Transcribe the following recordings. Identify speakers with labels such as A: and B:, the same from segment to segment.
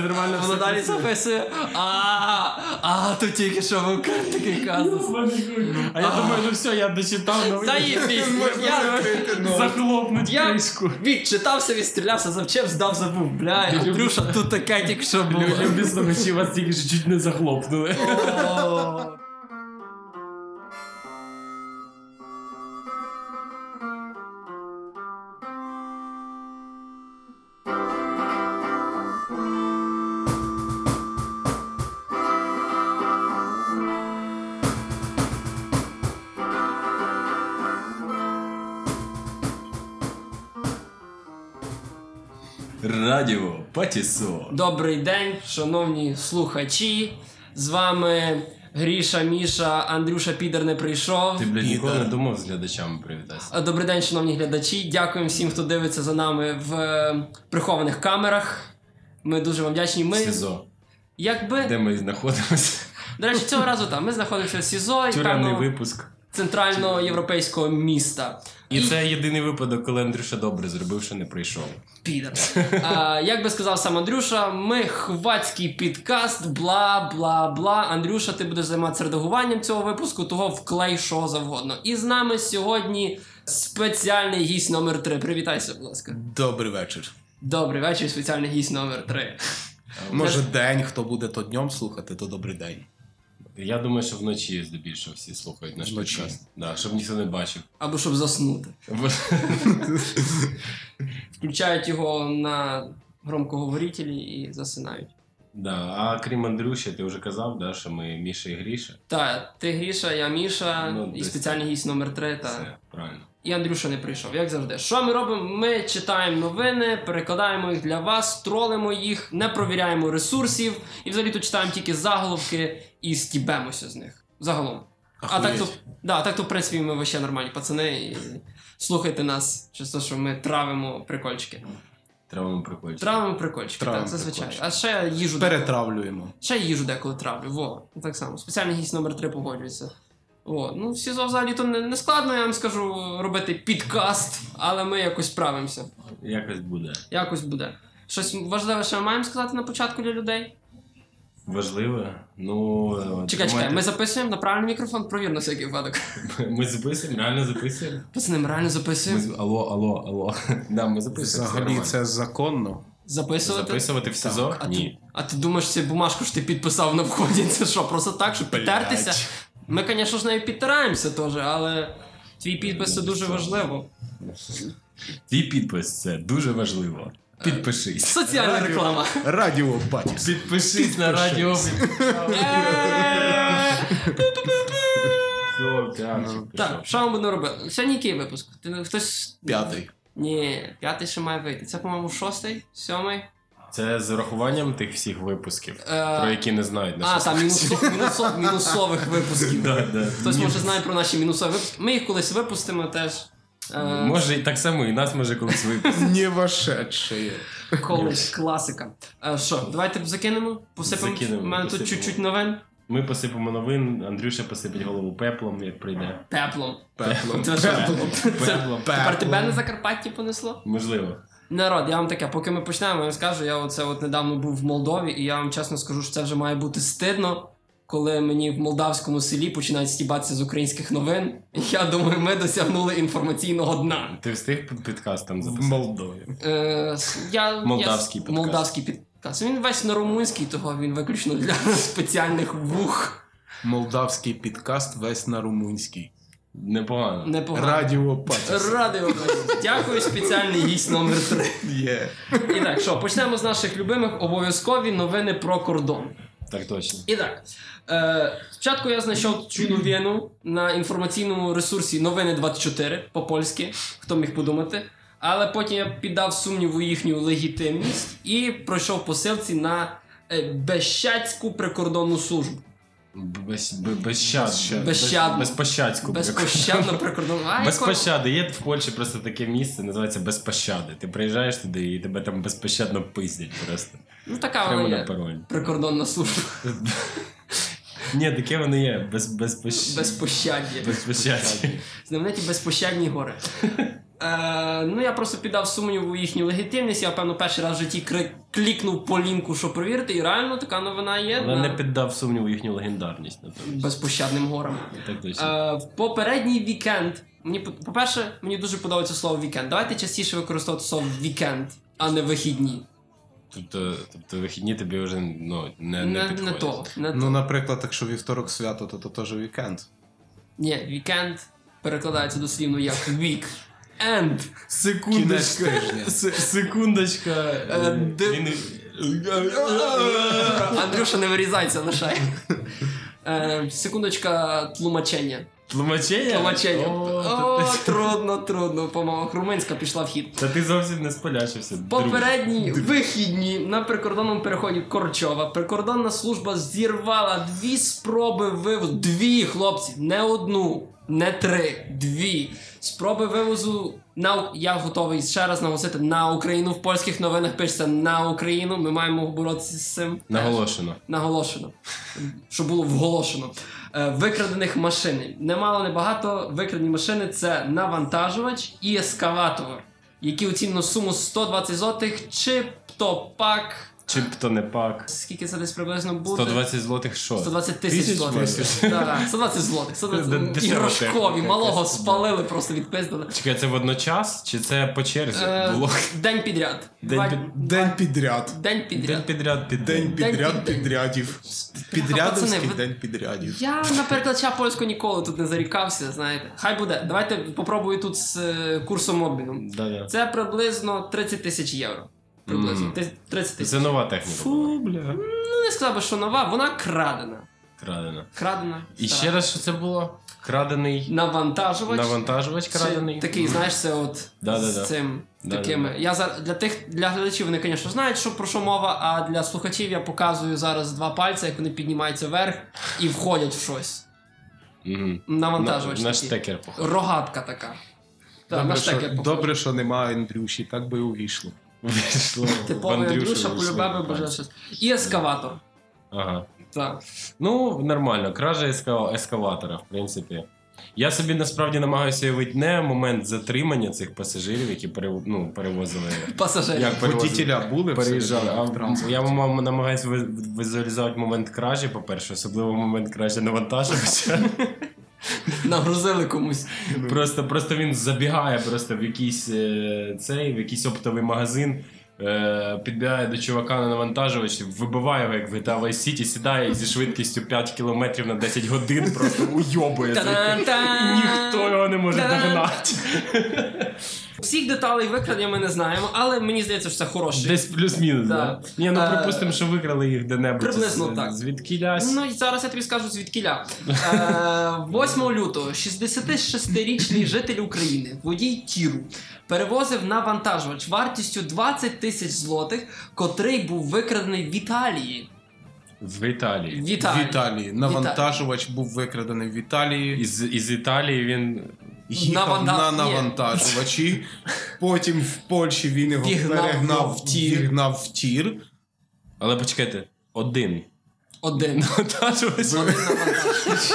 A: нормально
B: Воно далі записує. А, а, то тільки що був такий казус.
A: А я думаю, ну все, я дочитав новини.
B: Заєбісь. Я
C: ну,
A: Захлопнуть
B: Я-
A: кришку.
B: відчитався, відстрілявся, завчив, здав, забув. Бля, Андрюша, тут таке тільки що було.
A: Любі слухачі вас тільки ж чуть не захлопнули.
B: О.
C: Радіо Патісо.
B: Добрий день, шановні слухачі. З вами Гріша, Міша, Андрюша Підер не прийшов.
C: Ти, блядь, ніколи
D: Підар.
C: не думав з глядачами привітатися.
B: А, Добрий день, шановні глядачі. Дякуємо всім, хто дивиться за нами в е, прихованих камерах. Ми дуже вам вдячні. Ми
C: СІЗО.
B: якби
C: Де ми знаходимося?
B: до речі, цього разу там ми ну, знаходимося в СІЗО і
C: Тюремний
B: певно,
C: випуск.
B: центрального європейського міста.
C: І це єдиний випадок, коли Андрюша добре зробив, що не прийшов.
B: Підер. А, як би сказав сам Андрюша, ми хвацький підкаст, бла бла бла. Андрюша, ти будеш займатися редагуванням цього випуску, того вклей що завгодно. І з нами сьогодні спеціальний гість номер 3 Привітайся, будь ласка.
D: Добрий вечір.
B: Добрий вечір, спеціальний гість номер 3 Ну,
D: Може, день, хто буде то днем слухати, то добрий день.
C: Я думаю, що вночі здебільшого всі слухають наш
D: Вночі.
C: подкаст. Да, щоб ніхто не бачив.
B: Або щоб заснути.
C: Бо-
B: Включають його на громкоговорителі і засинають.
C: Да. А крім Андрюші, ти вже казав, да, що ми Міша і Гріша.
B: Та, ти Гріша, я Міша
C: Ну,
B: і
C: десь
B: спеціальний гість номер 3 Та.
C: Все правильно.
B: І Андрюша не прийшов, як завжди. Що ми робимо? Ми читаємо новини, перекладаємо їх для вас, тролимо їх, не провіряємо ресурсів і взагалі тут читаємо тільки заголовки і стібемося з них. Загалом. А так то, да, так то, в принципі, ми вообще нормальні пацани. І слухайте нас, через те, що ми травимо прикольчики.
C: Треба нам приходити.
B: Травимо прикольчики,
D: Травимо
B: так, зазвичай.
D: прикольчики.
B: А ще їжу
D: Перетравлюємо.
B: Ще й їжу деколи травлю, во, так само. Спеціальний гість номер 3 погоджується. О, ну в СІЗО взагалі то не, не складно, я вам скажу, робити підкаст, але ми якось справимося.
C: Якось буде.
B: Якось буде. Щось важливе ще маємо сказати на початку для людей.
C: Важливе. Ну, е,
B: Чекай, чекай,
C: тримайте-
B: ми записуємо на правильний мікрофон, провір на всякий випадок.
C: ми записуємо, реально записуємо.
B: Пацани, ми реально
C: Ми...
B: записуємо.
C: з- Алло, алло, алло. Да, ми записуємо. все
D: Взагалі
C: нормально.
D: це законно.
B: Записувати.
C: Записувати в СІЗО?
B: А
C: Ні.
B: А ти думаєш, цю бумажку ж ти підписав на вході? Це що, просто так, щоб підтертися? Ми, звісно ж, нею підтираємося теж, але твій підпис це дуже важливо.
C: Твій підпис це дуже важливо.
B: Е.
C: Підпишись.
B: Соціальна реклама.
D: Радіо Батіс.
C: Підпишись на радіо.
B: Е, Так, що ми будемо робити? Сьогодні який випуск? Ти- Хтось.
D: П'ятий.
B: Ні, п'ятий ще має вийти. Це, по-моєму, шостий, сьомий.
C: Це з урахуванням тих всіх випусків,
B: Е,
C: про які не знають наші.
B: А, там мінусо- мінусо- мінусових випусків.
C: Да, да.
B: Хтось
C: Ні.
B: може знає про наші мінусові випуски. Ми їх колись випустимо теж. Е,
C: Може, і так само, і нас може колись випустити.
D: Не вошедшие.
B: Колись класика. Е, Що, давайте закинемо, посипемо.
C: Закинемо,
B: У мене тут
C: посипемо.
B: чуть-чуть новин.
C: Ми посипемо новин, Андрюша посипить голову пеплом, як прийде.
B: Пеплом.
D: Пеплом.
B: Це що?
D: Пеплом.
B: Це
C: Пеплом.
B: тепер тебе на
D: Пеплом.
B: Закарпатті понесло?
C: Можливо.
B: Народ, я вам таке, поки ми почнемо, я вам скажу, я оце от недавно був в Молдові, і я вам чесно скажу, що це вже має бути стидно, коли мені в молдавському селі починають стібатися з українських новин. Я думаю, ми досягнули інформаційного дна.
C: Ти встиг під- підкаст там
D: В
C: записати?
D: Молдові.
B: Е, с- я,
C: Молдавський
B: я,
C: підкаст.
B: Молдавський підказ. Він весь на румунський, того він виключно для спеціальних вух.
D: Молдавський підкаст весь на румунський.
C: Непогано.
B: Непогано.
D: Радіо Патіс.
B: Радий вам. Дякую, спеціальний гість номер 3.
D: Є.
B: І так, що, почнемо з наших любимих обов'язкові новини про кордон.
C: Так точно.
B: І так. Е, спочатку я знайшов цю новину на інформаційному ресурсі Новини 24 по-польськи, хто міг подумати. Але потім я піддав сумніву їхню легітимність і пройшов посилці на е, Бещацьку прикордонну службу.
C: Без, бе- безщад-
D: Безщад-
B: безщадно.
C: Без, безпощадську.
B: Безпощадно прикордонну. А,
C: Без
B: якось-
C: пощади. Є в Польщі просто таке місце, називається без пощади. Ти приїжджаєш туди і тебе там безпощадно пиздять просто.
B: Ну така
C: Прямо
B: вона
C: на
B: є.
C: пароль.
B: Прикордонна служба.
C: Ні, таке воно є. Без, без, пощ...
B: Безпощаддя.
C: без пощаді.
B: Знамениті безпощадні гори. Е, ну я просто піддав сумніву їхню легітимність. Я певно перший раз в житті кри- клікнув по лінку, щоб провірити, і реально така новина є.
C: Але
B: на-
C: не піддав сумніву їхню легендарність, напевно.
B: Безпощадним горам.
C: Так точно.
B: Е, в попередній вікенд. Мені по- по-перше, мені дуже подобається слово вікенд. Давайте частіше використовувати слово вікенд, а не вихідні.
C: Тобто, тобто вихідні тобі вже ну, не, не,
B: Не, не
C: підходять.
B: то. Не то.
D: Ну, наприклад, якщо вівторок свято, то то теж вікенд.
B: Ні, вікенд перекладається дослівно як вік. Енд.
D: Кінець тижня.
A: С- Секундочка.
B: Е,
A: е,
B: де-
A: він-
B: Андрюша не вирізайся, лишай. Е, Секундочка тлумачення.
C: Тлумачення?
B: Тлумачення.
C: О,
B: О, трудно, трудно. Помог. Румунська пішла в хід.
C: Та ти зовсім не спалячився.
B: Попередні вихідні на прикордонному переході Корчова прикордонна служба зірвала дві спроби вивозу. Дві хлопці, не одну, не три, дві спроби вивозу на я готовий ще раз наголосити на Україну. В польських новинах пишеться на Україну. Ми маємо боротися з цим.
C: Наголошено.
B: Наголошено, що було вголошено. Е, Викрадених машин. Немало небагато. Викрадені машини це навантажувач і ескаватор, які оцінено суму 120 злотих, чи то пак.
C: Чи б то не пак.
B: Скільки це десь приблизно буде?
C: 120 злотих що?
B: 120 тисяч
C: Тисяч
B: злотих.
C: злотих.
B: Да, 120 злотих. 120...
C: Дешева
B: Іграшкові,
C: техніка,
B: малого
C: якась, да.
B: спалили, просто відпиздили.
C: Чекай, це водночас? Чи це по черзі
B: Е,
C: було?
B: День підряд.
C: День
B: Два-
C: під-
D: День підряд.
B: День
C: День
B: підряд.
C: підряд під
D: День
B: День підряд.
D: підряд підрядів.
B: Пацани,
D: Підрядовський
B: ви-
D: день підрядів.
B: Я на перекладача польського ніколи тут не зарікався, знаєте. Хай буде. Давайте попробую тут з е, курсом обміну.
C: Да-да.
B: Це приблизно 30 тисяч євро. Приблизно.
C: Мгм.
B: Ти- 30 тисяч.
C: Це нова техніка. була,
A: Фу, бля.
B: Ну, не сказав би, що нова, вона крадена.
C: Крадена.
B: Крадена.
C: І
B: стара.
C: ще раз, що це було? Крадений
B: навантажувач.
C: навантажувач
B: Це
C: крадений.
B: Такий, знаєш, це от
C: Да-да-да.
B: з цим
C: Да-да-да.
B: такими. Я за для тих для глядачів вони, звісно, знають, що про що мова, а для слухачів я показую зараз два пальці, як вони піднімаються вверх і входять в щось.
C: Мгм.
B: Навантажувач.
C: На- На
B: такий.
C: штекер, походу.
B: Рогатка така. Та,
D: Добре,
B: наш
D: що,
B: таке похоже.
D: добре, що немає Андрюші, так би і увійшло.
C: Вийшло.
B: Типовий
C: В Андрюшу
B: Андрюша
C: вийшло.
B: полюбе би боже щось. І ескаватор.
C: Ага.
B: Так.
C: Ну, нормально, кража еска- ескалатора, в принципі. Я собі насправді намагаюся уявити не момент затримання цих пасажирів, які пере- ну, перевозили.
B: Пасажир.
C: Як перевозили?
D: Водітеля були
C: Переїжджали.
D: всередині в
C: А
D: транспорті?
C: я мам- намагаюся ви- візуалізувати момент кражі, по-перше, особливо момент кражі навантажувача.
B: Нагрузили комусь.
C: Просто, просто він забігає просто в якийсь е, цей, в якийсь оптовий магазин. е, Підбігає до чувака на навантажувач, вибиває його, як в GTA Vice City, сідає і зі швидкістю 5 км на 10 годин просто уйобує.
B: Та-та-та!
C: Ніхто його не може
B: Та-та-та!
C: догнати.
B: Всіх деталей викрадення ми не знаємо, але мені здається, що це хороший.
C: Десь плюс-мінус,
B: Да.
C: да? Ні, ну
B: Е,
C: припустимо, що викрали їх де-небудь.
B: приблизно так.
C: Звідки лясь?
B: Ну і зараз я тобі скажу звідкіля. Е, 8 лютого 66-річний житель України, водій Тіру, перевозив навантажувач вартістю 20 тисяч злотих, котрий був викрадений в Італії.
C: В Італії.
B: В Італії.
D: В Італії. Навантажувач був викрадений в Італії.
C: Із, із Італії він.
D: Їхав
B: Наванта-
D: на
B: Ні.
D: навантажувачі. Потім в Польщі він його
B: Вігнав
D: перегнав
B: в тір.
D: вігнав в тір.
C: Але почекайте, один.
B: Один.
C: Навантажувався.
B: Один навантажувач.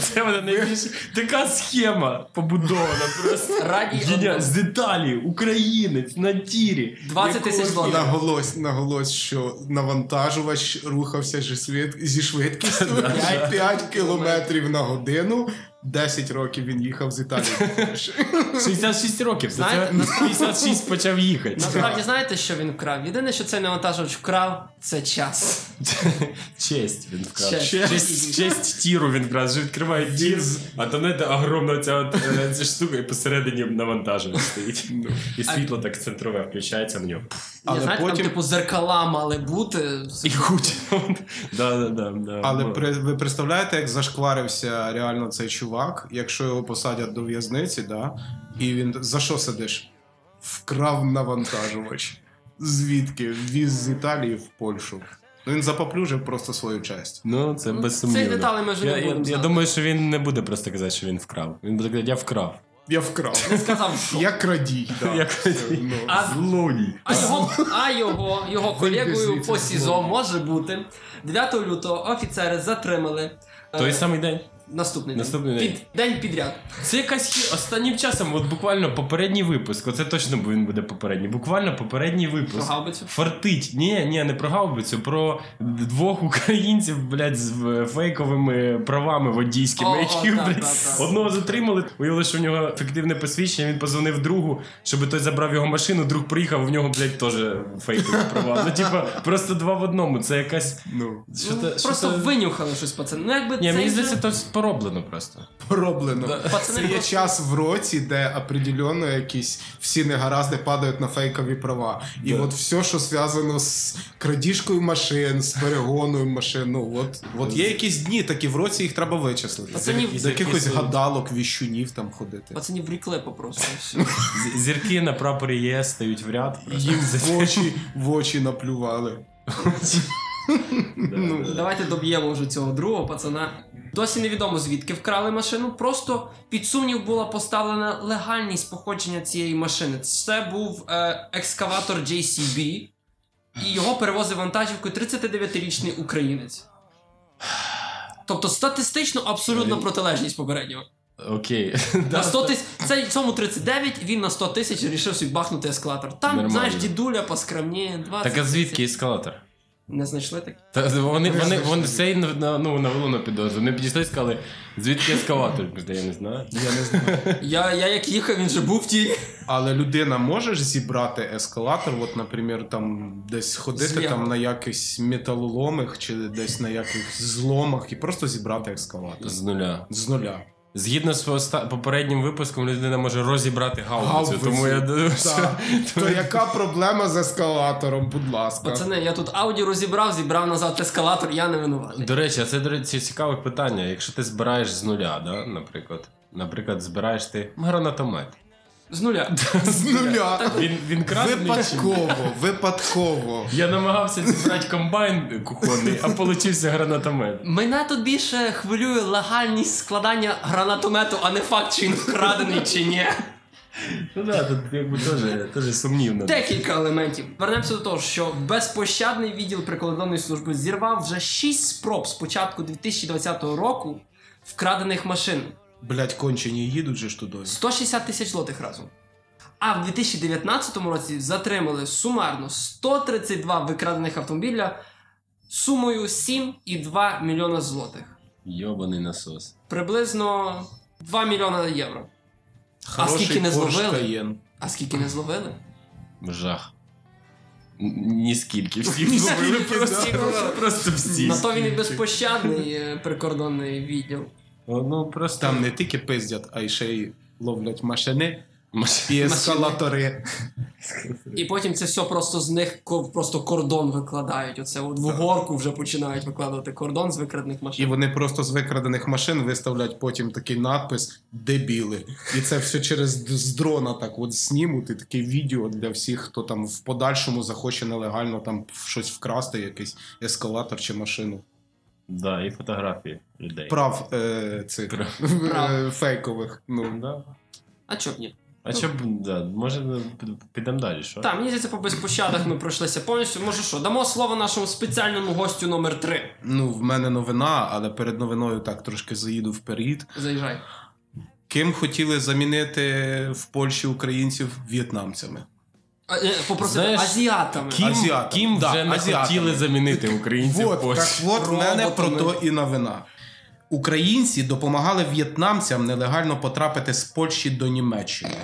C: Це мене найбільше. Така схема побудована просто.
B: Раді
C: Геня...
B: одного.
C: З Італії, українець на тірі.
B: 20 тисяч
C: Якого
B: злотих.
D: Наголось, наголось, що навантажувач рухався зі, швид... зі швидкістю 5 кілометрів на годину. 10 років він їхав з Італії.
C: 66 років. Це
B: Знаєте,
C: це 56 почав їхати.
B: Насправді знаєте, що він вкрав? Єдине, що цей навантажувач вкрав, це час.
C: Честь він вкрав.
B: Честь.
C: Честь, честь, тіру він вкрав. Вже відкриває тір, а там знаєте, огромна ця, от, е, ця штука і посередині навантаження стоїть. І світло так центрове включається в нього.
D: Але
B: Я, знаєте,
D: потім-
B: там типу зеркала мали бути.
C: І гуть. Да, да, да, да.
D: Але
C: Ну,
D: при, ви представляєте, як зашкварився реально цей чувак, якщо його посадять до в'язниці, да? і він за що сидиш? Вкрав навантажувач. Звідки? Віз з Італії в Польщу. Ну, Він запоплюжив просто свою честь.
C: Ну, це
B: Ну,
C: без
B: цих деталей ми вже не
C: я, я,
B: будемо
C: я
B: знати.
C: думаю, що він не буде просто казати, що він вкрав. Він буде казати, я вкрав.
D: Я вкрав.
B: Не сказав, що.
D: Я крадій, да.
C: Я
D: Все, ну.
B: А,
C: Злодій.
B: а його, а його, його колегою по СІЗО може бути. 9 лютого офіцери затримали. е,
C: Той самий день.
B: Наступний,
C: Наступний
B: день.
C: день.
B: Під, день підряд.
C: Це якась хі- останнім часом, от буквально попередній випуск. Оце точно бо він буде попередній. Буквально попередній
B: Про
C: випуск.
B: гаубицю.
C: Фартить. Ні, ні, не про гаубицю, про двох українців, блядь, з е, фейковими правами водійськими,
B: О, о,
C: яких,
B: так,
C: блядь,
B: так, так.
C: одного затримали. Уявили, що в нього фіктивне посвідчення, він позвонив другу, щоб той забрав його машину, друг приїхав, в нього, блядь, теж фейкові права. Ну, типа, просто два в одному. Це якась.
D: Ну,
C: Що
B: Ну,
C: то- що
B: просто
C: то-
B: винюхали щось, пацани. Ну, якби
C: Ні,
B: це
C: мені
B: вже-
C: здається, то пороблено просто.
D: пороблено. Це
B: пацани
D: є
B: просто-
D: час в році, де определенно якісь всі негаразди падають на фейкові права. І
C: Да.
D: от все, що зв'язано з крадіжкою машин, з перегоном машин, ну от, от є якісь дні, такі в році їх треба вичислити.
B: Пацанів-
D: З якихось е, гадалок, віщунів там ходити.
B: Пацанів ріклепо просто. Все.
C: З- Зірки на прапорі ЄС стають в ряд. просто.
D: Їм в очі, в очі наплювали.
C: Да.
B: Ну, Давайте доб'ємо вже цього другого пацана. Досі невідомо звідки вкрали машину. Просто під сумнів була поставлена легальність походження цієї машини. Це був е, екскаватор JCB, і його перевозив вантажівкою 39-річний українець. Тобто статистично абсолютно
C: Е,
B: протилежність попереднього.
C: Окей.
B: На 100 тисяч, це цьому 39, він на 100 тисяч рішив собі бахнути ескалатор. Там,
C: Нормально.
B: знаєш, дідуля поскромніє 20
C: Так а звідки
B: тисяч.
C: ескалатор?
B: Не знайшли так?
C: Та вони, вони,
D: Ми знайшли.
C: вони все й на- на- ну, навело на підозру. Вони підійшли і сказали, звідки ескалатор? Я кажу, «Та Я не знаю.
D: Я не знаю.
B: Я, я як їхав, він же був в тій.
D: Але людина може ж зібрати ескалатор, от, наприклад, там десь ходити
B: Зліва.
D: там на якихось металоломах чи десь на якихось зломах і просто зібрати ескалатор.
C: З нуля.
D: З нуля.
C: Згідно з оста- попереднім випуском, людина може розібрати гаубицю,
D: Гаубицю.
C: тому я думаю, що...
D: Так. То яка проблема з ескалатором, будь ласка.
B: Пацани, я тут Ауді розібрав, зібрав назад ескалатор, я не винуватий.
C: До речі, а це до речі, цікаве питання. Якщо ти збираєш з нуля, да, наприклад, наприклад, збираєш ти гранатомет.
B: З нуля.
D: З нуля.
C: Він, він крадений чи ні?
D: Випадково, випадково.
C: Я намагався зібрати комбайн кухонний, а получився гранатомет.
B: Мене тут більше хвилює легальність складання гранатомету, а не факт, чи він вкрадений чи ні.
C: Ну да, тут якби теж, теж сумнівно.
B: Декілька елементів. Вернемося до того, що безпощадний відділ прикордонної служби зірвав вже 6 спроб з початку 2020 року вкрадених машин.
D: Блять, кончені їдуть же ж туди.
B: 160 тисяч злотих разом. А в 2019 році затримали сумарно 132 викрадених автомобіля сумою 7,2 мільйона злотих.
C: Йобаний насос.
B: Приблизно 2 мільйона євро.
D: Хороший
B: скільки не
D: Porsche
B: зловили?
D: Cayenne.
B: А скільки не зловили?
C: Жах. Н- Ніскільки всіх зловили
D: Ніскільки,
C: просто,
B: да.
C: просто всі.
B: На то він і безпощадний е, прикордонний відділ.
C: Ну просто
D: Там не тільки пиздять, а й ще й ловлять машини
C: Маш-
D: і ескалатори.
B: І потім це все просто з них ко- просто кордон викладають. Оце от в горку вже починають викладати кордон з викрадених машин.
D: І вони просто з викрадених машин виставлять потім такий надпис дебіли. І це все через д- з дрона так от знімуть, і таке відео для всіх, хто там в подальшому захоче нелегально там щось вкрасти, якийсь ескалатор чи машину.
C: Да, і фотографії людей.
D: Прав е, цих
C: Прав.
D: е, фейкових. Ну
C: Да.
B: А чоб ні?
C: А що б, да, може п- підемо далі, що?
B: Так, мені здається, по безпощадах ми пройшлися повністю. Може що, дамо слово нашому спеціальному гостю номер 3
D: ну в мене новина, але перед новиною так трошки заїду вперед.
B: Заїжджай.
D: Ким хотіли замінити в Польщі українців в'єтнамцями?
B: А, е, Попросив
C: Знаєш,
B: азіатами.
C: Кім,
D: Азіатам.
C: кім
D: Да,
C: вже не
D: азіатам.
C: хотіли замінити українців
D: Вот, так
C: Польщі.
D: от в мене про
B: Роботами.
D: то і новина. Українці допомагали в'єтнамцям нелегально потрапити з Польщі до Німеччини.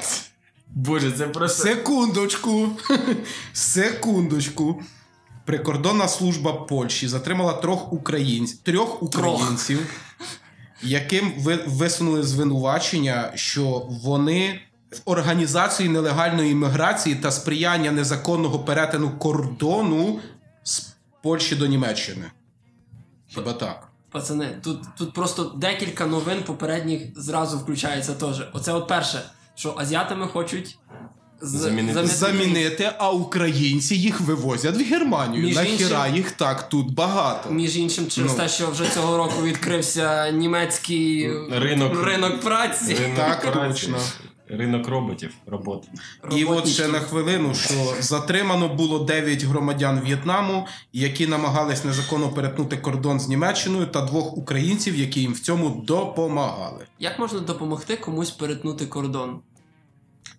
C: Боже, це просто.
D: Секундочку. Секундочку. Прикордонна служба Польщі затримала трьох українців, трьох українців, яким ви- висунули звинувачення, що вони в організації нелегальної імміграції та сприяння незаконного перетину кордону з Польщі до Німеччини. Хіба так?
B: Пацани, тут, тут просто декілька новин попередніх зразу включається теж. Оце от перше, що азіатами хочуть з-
C: Замінити.
D: Замінити, а українці їх вивозять в Германію.
B: Між
D: Нахіра
B: іншим-
D: їх так тут багато.
B: Між іншим, через
D: Ну.
B: те, що вже цього року відкрився німецький
C: Ринок.
B: ринок праці.
C: Ринок
D: Так,
C: праці.
D: точно.
C: Е, Ринок роботів. Робот.
D: І от
B: Роботнички.
D: ще на хвилину, що затримано було 9 громадян В'єтнаму, які намагались незаконно перетнути кордон з Німеччиною, та двох українців, які їм в цьому допомагали.
B: Як можна допомогти комусь перетнути кордон?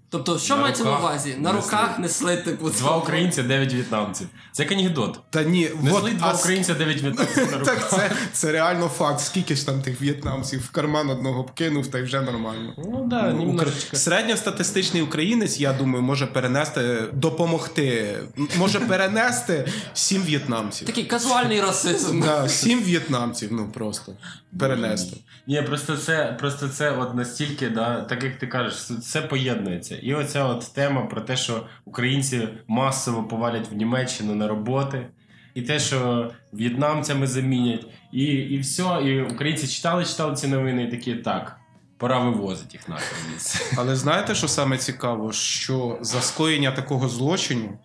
B: Тобто, що
C: На
B: мається на
C: руках
B: увазі? На
C: несли.
B: руках несли, типу,
C: Два українця, дев'ять в'єтнамців. Це як анекдот.
D: Та ні,
C: Несли
D: от,
C: два
D: а
C: українця, дев'ять в'єтнамців на руках.
D: Так, це, це реально факт. Скільки ж там тих в'єтнамців в карман одного б кинув, та й вже нормально.
C: Ну да,
D: Ну,
C: немножечко.
D: Укр- Середньостатистичний українець, я думаю, може перенести допомогти. м- Може перенести сім в'єтнамців.
B: Такий казуальний расизм.
D: Да, сім в'єтнамців, ну просто перенести.
C: Ні, просто це, просто це от настільки, да, так як ти кажеш, це- це поєднується. І оця от тема про те, що українці масово повалять в Німеччину на роботи, і те, що в'єтнамцями замінять, і, і все. І українці читали, читали ці новини, і такі так. Пора вивозити їх нахер. звідси».
D: Але знаєте, що саме цікаво, що за скоєння такого злочину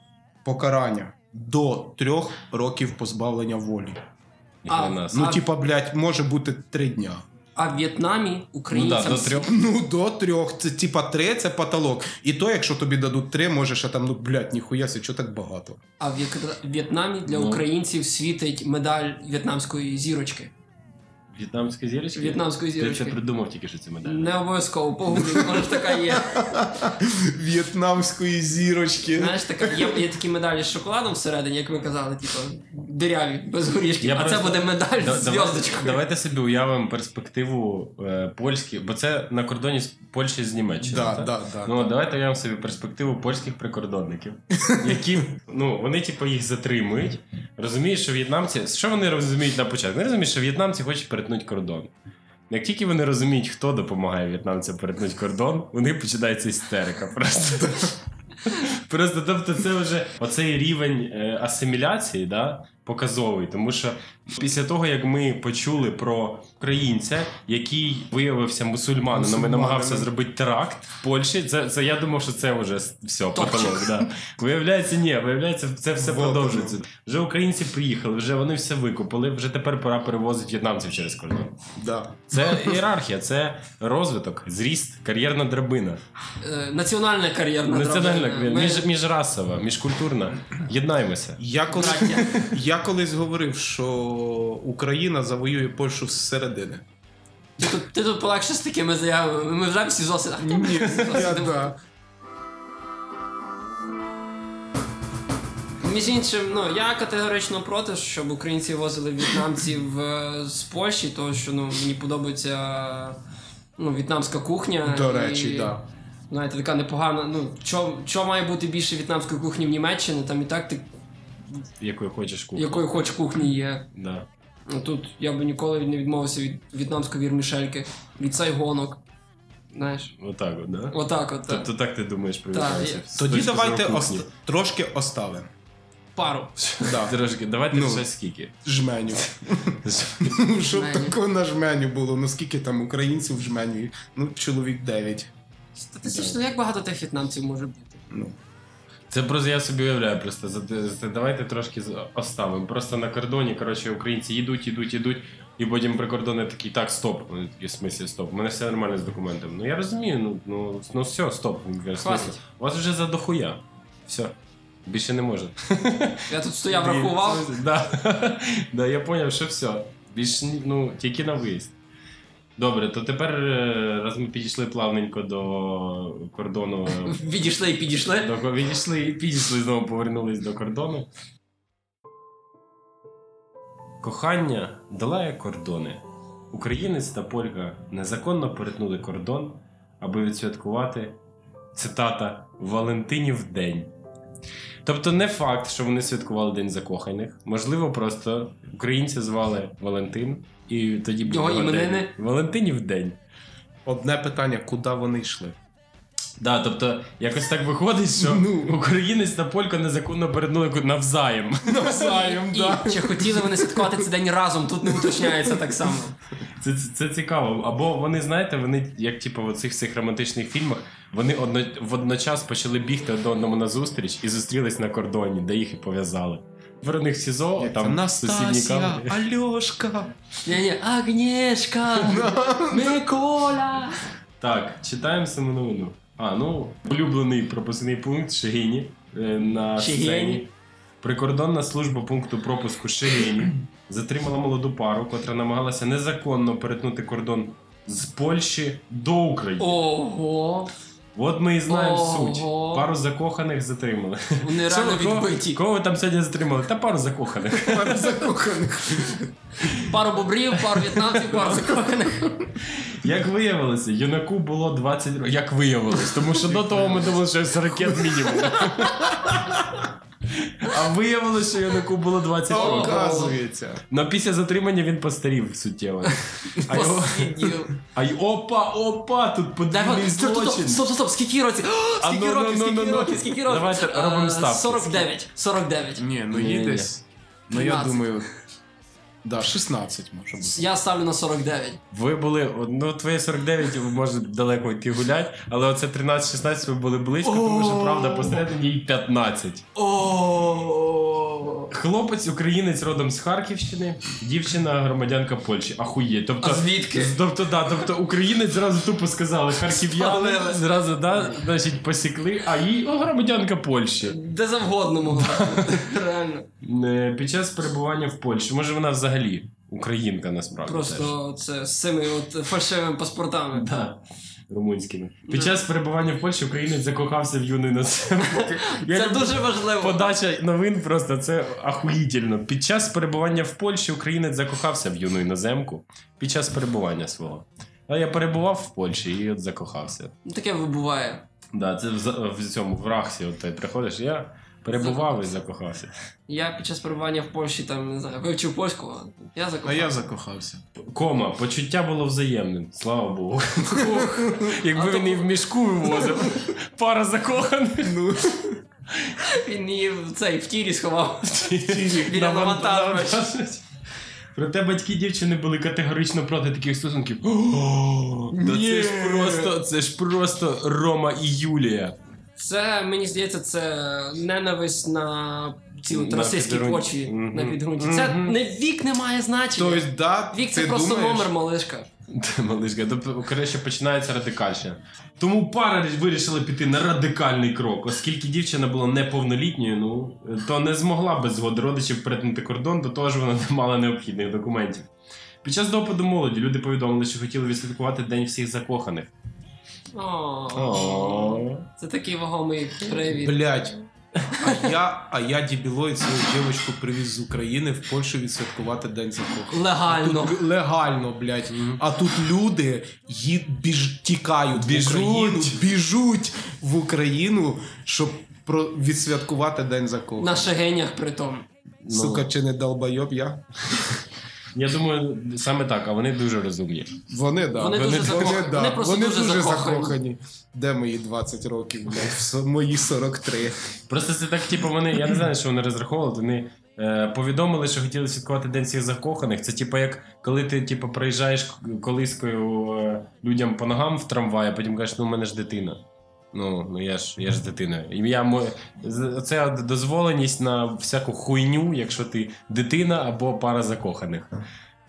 D: покарання до трьох років позбавлення волі.
B: А,
C: Ніхрена собі.
D: Ну,
B: А-
D: типа, блядь, може бути три дня.
B: А в В'єтнамі українцям
C: Ну да, до трьох.
D: Ну, до трьох. Це типа три це потолок. І то, якщо тобі дадуть три, може ще там, ну блядь, ніхуя сі, що так багато.
B: А в В'єк- В'єтнамі для
C: Ну.
B: українців світить медаль в'єтнамської зірочки.
C: В'єтнамська зірочка?
B: В'єтнамської
C: Ти це
B: зірочки.
C: придумав тільки що це медаль.
B: Не обов'язково погуглить, може ж така є.
D: В'єтнамської
C: Ну,
D: зірочки.
B: Знаєш, така є, є такі медалі з шоколадом всередині, як ми казали, типу диряві, без горішки.
C: Я
B: а це
C: просто-
B: буде медаль
C: Да-
B: з
C: давайте,
B: зв'язочкою.
C: давайте собі уявимо перспективу е, Польщі, бо це на кордоні з Польщі з Німеччиною.
D: Да,
C: так?
D: да, да.
C: Ну, давайте уявимо собі перспективу польських прикордонників, які ну вони типу їх затримують. Розумієш, що в'єтнамці, що вони розуміють на початку? Вони розуміють, що в'єтнамці хочуть перетнути кордон. Як тільки вони розуміють, хто допомагає в'єтнамцям перетнути кордон, у них починається істерика. Просто просто тобто, це вже оцей рівень е, асиміляції, да, показовий, тому що після того як ми почули про українця, який виявився мусульманином і
D: Мусульманином.
C: намагався зробити теракт в Польщі, це, це я думав, що це вже с- все,
B: Топчик.
C: потолок. Да. Виявляється, ні, виявляється, це все
D: Вот
C: продовжується. Вже українці приїхали, вже вони все викупили, вже тепер пора перевозити в'єтнамців через кордон.
D: Да.
C: Це ієрархія, це розвиток, зріст, кар'єрна драбина,
B: Е, Національна кар'єрна
C: національна
B: драбина.
C: кар'єрна,
B: Ми-
C: між, міжрасова, міжкультурна. Єднаймося.
D: Я колись,
B: Браття.
D: я колись говорив, що Україна завоює Польщу зсередини.
B: Ти тут- Типу, Ти тут полегше з такими заявами. Ми вже всі зосі.
D: Ні, я, да.
B: Між іншим, ну я категорично проти, щоб українці возили в'єтнамців е, з Польщі, тому що ну мені подобається ну, в'єтнамська кухня.
D: До речі,
B: і,
D: да.
B: Знаєте, така непогана. Ну, що, що має бути більше в'єтнамської кухні в Німеччині, там і так ти
C: Якою хочеш кухню.
B: якої хоч кухні є.
C: Да.
B: Ну тут я би ніколи не відмовився від в'єтнамської вірмішельки, від сайгонок. Знаєш,
C: Отак, от, да?
B: отак, от так.
C: Тобто так ти думаєш про
B: Так,
C: в'єтнамців?
B: я-
C: З
D: Тоді
C: точки
D: давайте
C: зору
D: ост...
C: кухні.
D: трошки оставимо.
B: пару.
D: Да.
C: Трошки, давайте
D: Ну.
C: вже скільки.
D: Жменю. Щоб
B: Жменю.
D: такого на жменю було. Ну скільки там українців в жменю? Ну, чоловік 9.
B: Статистично, як багато тих в'єтнамців може бути?
D: Ну.
C: Це просто я собі уявляю, просто за- за- давайте трошки з- оставимо. Просто на кордоні, коротше, українці їдуть, їдуть, їдуть, і потім прикордонний такий, так, стоп. Вони такі, в смислі, стоп. У мене все нормально з документами. Ну я розумію, ну, ну, ну все, стоп. Він каже,
B: Хватить.
C: «Смисл? У вас вже за дохуя. Все. Більше не може.
B: Я тут стояв, рахував.
C: Да. да, я зрозумів, що все. Більше ні- ну, тільки на виїзд. Добре, то тепер, е, раз ми підійшли плавненько до кордону е,
B: Відійшли і підійшли.
C: до, відійшли і підійшли, знову повернулись до кордону. Кохання долає кордони. Українець та полька незаконно перетнули кордон, аби відсвяткувати цитата Валентинів день. Тобто не факт, що вони святкували День закоханих. Можливо, просто українця звали Валентин, і тоді був
B: Його іменини.
C: день. Валентинів день.
D: Одне питання, куди вони йшли?
C: Да, тобто якось так виходить, що
D: Ну.
C: українець та полька незаконно перетнули ку- навзаєм.
D: Навзаєм, да.
B: І чи хотіли вони святкувати цей день разом, тут не уточняється так само.
C: Це, це, це цікаво. Або вони, знаєте, вони, як типу, в цих всіх романтичних фільмах, вони одно, водночас почали бігти до одному назустріч і зустрілись на кордоні, де їх і пов'язали. Про них в СІЗО, там сусідні камери.
D: Альошка.
B: Ні-ні, Агнєшка, Микола.
C: Так, читаємо саму новину. А, ну, улюблений пропускний пункт Шигині е, на
B: Шигині.
C: сцені. Прикордонна служба пункту пропуску Шигині затримала молоду пару, котра намагалася незаконно перетнути кордон з Польщі до України.
B: Ого.
C: От ми і знаємо
B: Ого.
C: суть. Пару закоханих затримали.
B: Вони реально відбиті.
C: кого ви там сьогодні затримали? Та пару закоханих.
D: Пан закоханих.
B: Пару бобрів, пару в'єтнамців, пару закоханих.
C: Як виявилося, юнаку було 20 років. Як виявилось, тому що до того ми думали, що 40 мінімум. А виявилося, що юнаку було 20 років.
D: Оказується.
C: Но після затримання він постарів суттєво. А його...
B: Посидів.
C: Ай, опа, опа, тут
B: Дай
C: подвійний
B: вот- Стоп, стоп, стоп,
C: злочин.
B: стоп, стоп, стоп, скільки років? О,
C: А
B: Скільки
C: ну, ну,
B: років,
C: ну,
B: скільки
C: ну,
B: років,
C: ну.
B: скільки років?
C: Давайте
B: Е,
C: робимо ставки.
B: 49, 49.
D: Ні, ну
C: Ні,
D: їй
C: ні.
D: десь. Ну я
B: 13.
D: думаю. Да, 16 може бути.
B: Я ставлю на 49.
C: Ви були, ну твоє 49, ви можете далеко йти гулять, але оце 13-16 ви були близько, тому що правда посередині їй 15.
B: О.
C: Хлопець українець родом з Харківщини, дівчина громадянка Польщі. Ахує. Тобто,
B: А звідки?
C: Тобто, да, тобто українець зразу тупо сказали, харків'яни
B: Спалили.
C: зразу да, значить, посікли, а їй о, громадянка Польщі.
B: Де завгодно могла. бути. Реально.
C: Е, Під час перебування в Польщі, може вона взагалі українка насправді. теж.
B: Просто це з цими от фальшивими паспортами.
C: Да. Румунськими.
B: Да.
C: Під час перебування в Польщі українець закохався в юний населенку.
B: Це дуже важливо.
C: Подача новин просто це ахуїтельно. Під час перебування в Польщі українець закохався в юну іноземку під час перебування свого. А я перебував в Польщі і от закохався.
B: Ну, Таке вибуває.
C: Да, це в, за- в цьому в Рахсі, от ти приходиш, я перебував і закохався.
B: Я під час перебування в Польщі там не знаю, вивчив польську, а я
D: А
B: закохав.
D: я закохався.
C: Кома, почуття було взаємним, слава Богу. Якби
B: А то-
C: він і в мішку вивозив, пара закоханих. Ну,
B: Він її в цей в тірі сховав.
C: Навантаж-
B: навантажувача.
C: навантажувача. Проте батьки дівчини були категорично проти таких стосунків. О, Та це ж просто, це ж просто Рома і Юлія.
B: Це мені здається, це ненависть на ці от
C: На
B: російські
C: підґрунті.
B: почві
C: Мгм.
B: на підґрунті. Це
C: Мгм.
B: не вік не має значення.
D: Тобто, да,
B: Вік це
D: ти
B: просто
D: думаєш?
B: номер, малишка.
C: Та, Малишка, тобто, коротше, починається радикальщина. Тому пара вирішила піти на радикальний крок, оскільки дівчина була неповнолітньою, ну то не змогла без згоди родичів перетнути кордон, до того ж вона не мала необхідних документів. Під час допиту молоді люди повідомили, що хотіли відслідкувати день всіх закоханих.
B: О, Це такий вагомий привід.
D: Блять. А я, а я дібілой цю дівчинку привіз з України в Польщу відсвяткувати день закоханих.
B: Легально.
D: Тут легально, блядь. А тут люди ї... біж... тікають
C: Біжуть.
D: в Україну, біжуть в Україну, щоб про... відсвяткувати день закоханих. Ну.
B: На шагенях при тому.
D: Сука, чи не долбайоб я?
C: Я думаю, саме так, а вони дуже розумні.
D: Вони, да.
B: Вони дуже закохані.
D: да.
B: Вони просто
D: вони
B: дуже
D: дуже,
B: закохані.
D: закохані. Де мої 20 років, блядь? Со- Мої 43.
C: Просто це так, типу, вони, я не знаю, що вони розраховували, вони е, повідомили, що хотіли святкувати День всіх закоханих. Це типу, як коли ти типу, проїжджаєш к- колискою е, людям по ногам в трамваї, а потім кажеш, ну у мене ж дитина. Ну, ну я ж я ж дитина. І я мо- з- це от дозволеність на всяку хуйню, якщо ти дитина або пара закоханих.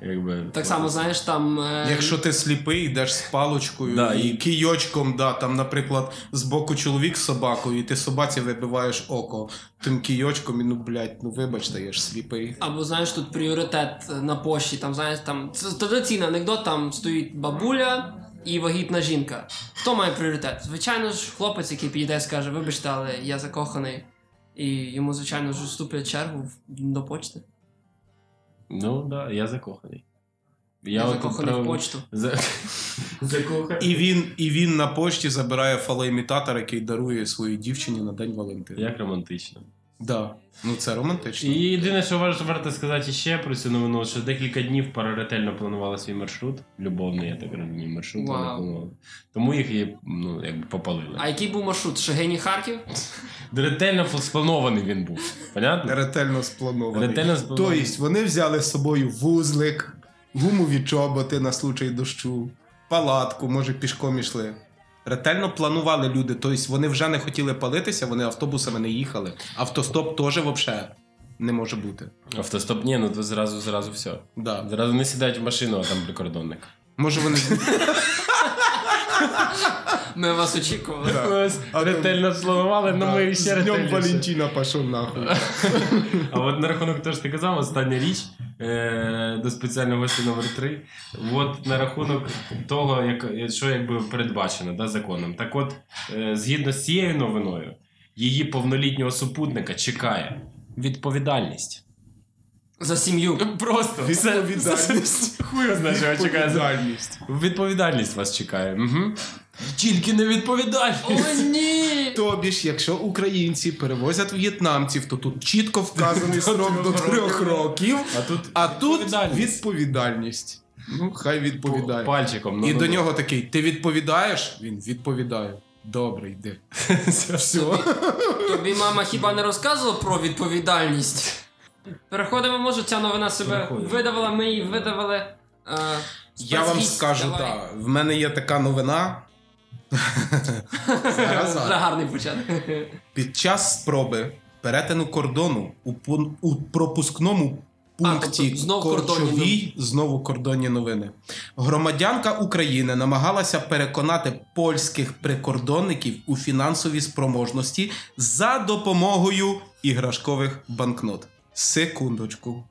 C: Якби,
B: Так само, знаєш, там. е,
D: Якщо ти сліпий, йдеш з палочкою
C: Да,
D: і
C: і-
D: кійочком, да, там, наприклад, з боку чоловік з собакою, і ти собаці вибиваєш око тим кійочком, і ну, блядь, ну вибачте, я ж сліпий.
B: Або знаєш, тут пріоритет е, на пошті, там знаєш, там це традиційний анекдот, там стоїть бабуля і вагітна жінка. Хто має пріоритет? Звичайно ж, хлопець, який підійде, скаже, вибачте, але я закоханий. І йому, звичайно ж, уступлять чергу в- до почти.
C: Ну так, да, я закоханий.
B: Я,
C: от
B: закоханий
C: про-
B: в почту.
C: За... Закоханий.
D: І він, і він на пошті забирає фалоімітатор, який дарує своїй дівчині на День Валентина.
C: Як романтично.
D: Да. Ну це романтично.
C: І єдине, що важ- варто сказати ще про цю новину, що декілька днів пара ретельно планувала свій маршрут. Любовний, я так розумію, маршрут
B: Вау.
C: вони планували. Тому їх і ну, якби попалили.
B: А який був маршрут? Шегені Харків?
C: Ретельно фл- спланований він був. Понятно?
D: Ретельно спланований.
C: Ретельно спланований.
D: Тобто вони взяли з собою вузлик, гумові чоботи на случай дощу, палатку, може, пішком ішли. Ретельно планували люди, тобто вони вже не хотіли палитися, вони автобусами не їхали. Автостоп теж взагалі не може бути.
C: Автостоп, ні, ну то зразу, зразу все.
D: Да.
C: Зразу не сідають в машину, а там прикордонник.
D: Може вони
B: Ми вас очікували.
D: Да.
C: Ми вас
D: А то-
C: ретельно слонували, але Ну, ми ще
D: З днем
C: ретельніше.
D: Валентина пішов нахуй.
C: А от на рахунок того, що ти казав, остання річ е, до спеціального гостя номер 3 От на рахунок того, як, що якби передбачено да, законом. Так от, е, згідно з цією новиною, її повнолітнього супутника чекає відповідальність.
B: За сім'ю.
C: Просто
D: Відповідальність.
C: Хуй його знає, що його чекає.
D: Відповідальність.
C: Відповідальність вас чекає. Угу. Тільки не
B: О,
C: відповідальність.
B: ні!
D: Тобі ж, якщо українці перевозять в'єтнамців, то тут чітко вказаний срок до трьох років,
C: А тут
D: а тут
C: відповідальність.
D: відповідальність. Ну, хай відповідає.
C: пальчиком. ну,
D: І до
C: ну-ну-ну.
D: нього такий: ти відповідаєш? Він відповідає. Добре, йди. Все.
B: Тобі мама хіба не розказувала про відповідальність? Переходимо, може, ця новина себе
C: Переходимо.
B: видавала, ми її видавали. Е,
D: Я вам
B: спецвість,
D: скажу,
B: давай.
D: так. В мене є така новина. Зараз,
B: Вже
D: зараз.
B: гарний початок.
D: Під час спроби перетину кордону у, пун- у пропускному
B: А,
D: пункті
B: тобто знов кордонні
D: Корчовій знову кордонні новини. Громадянка України намагалася переконати польських прикордонників у фінансовій спроможності за допомогою іграшкових банкнот. Секундочку.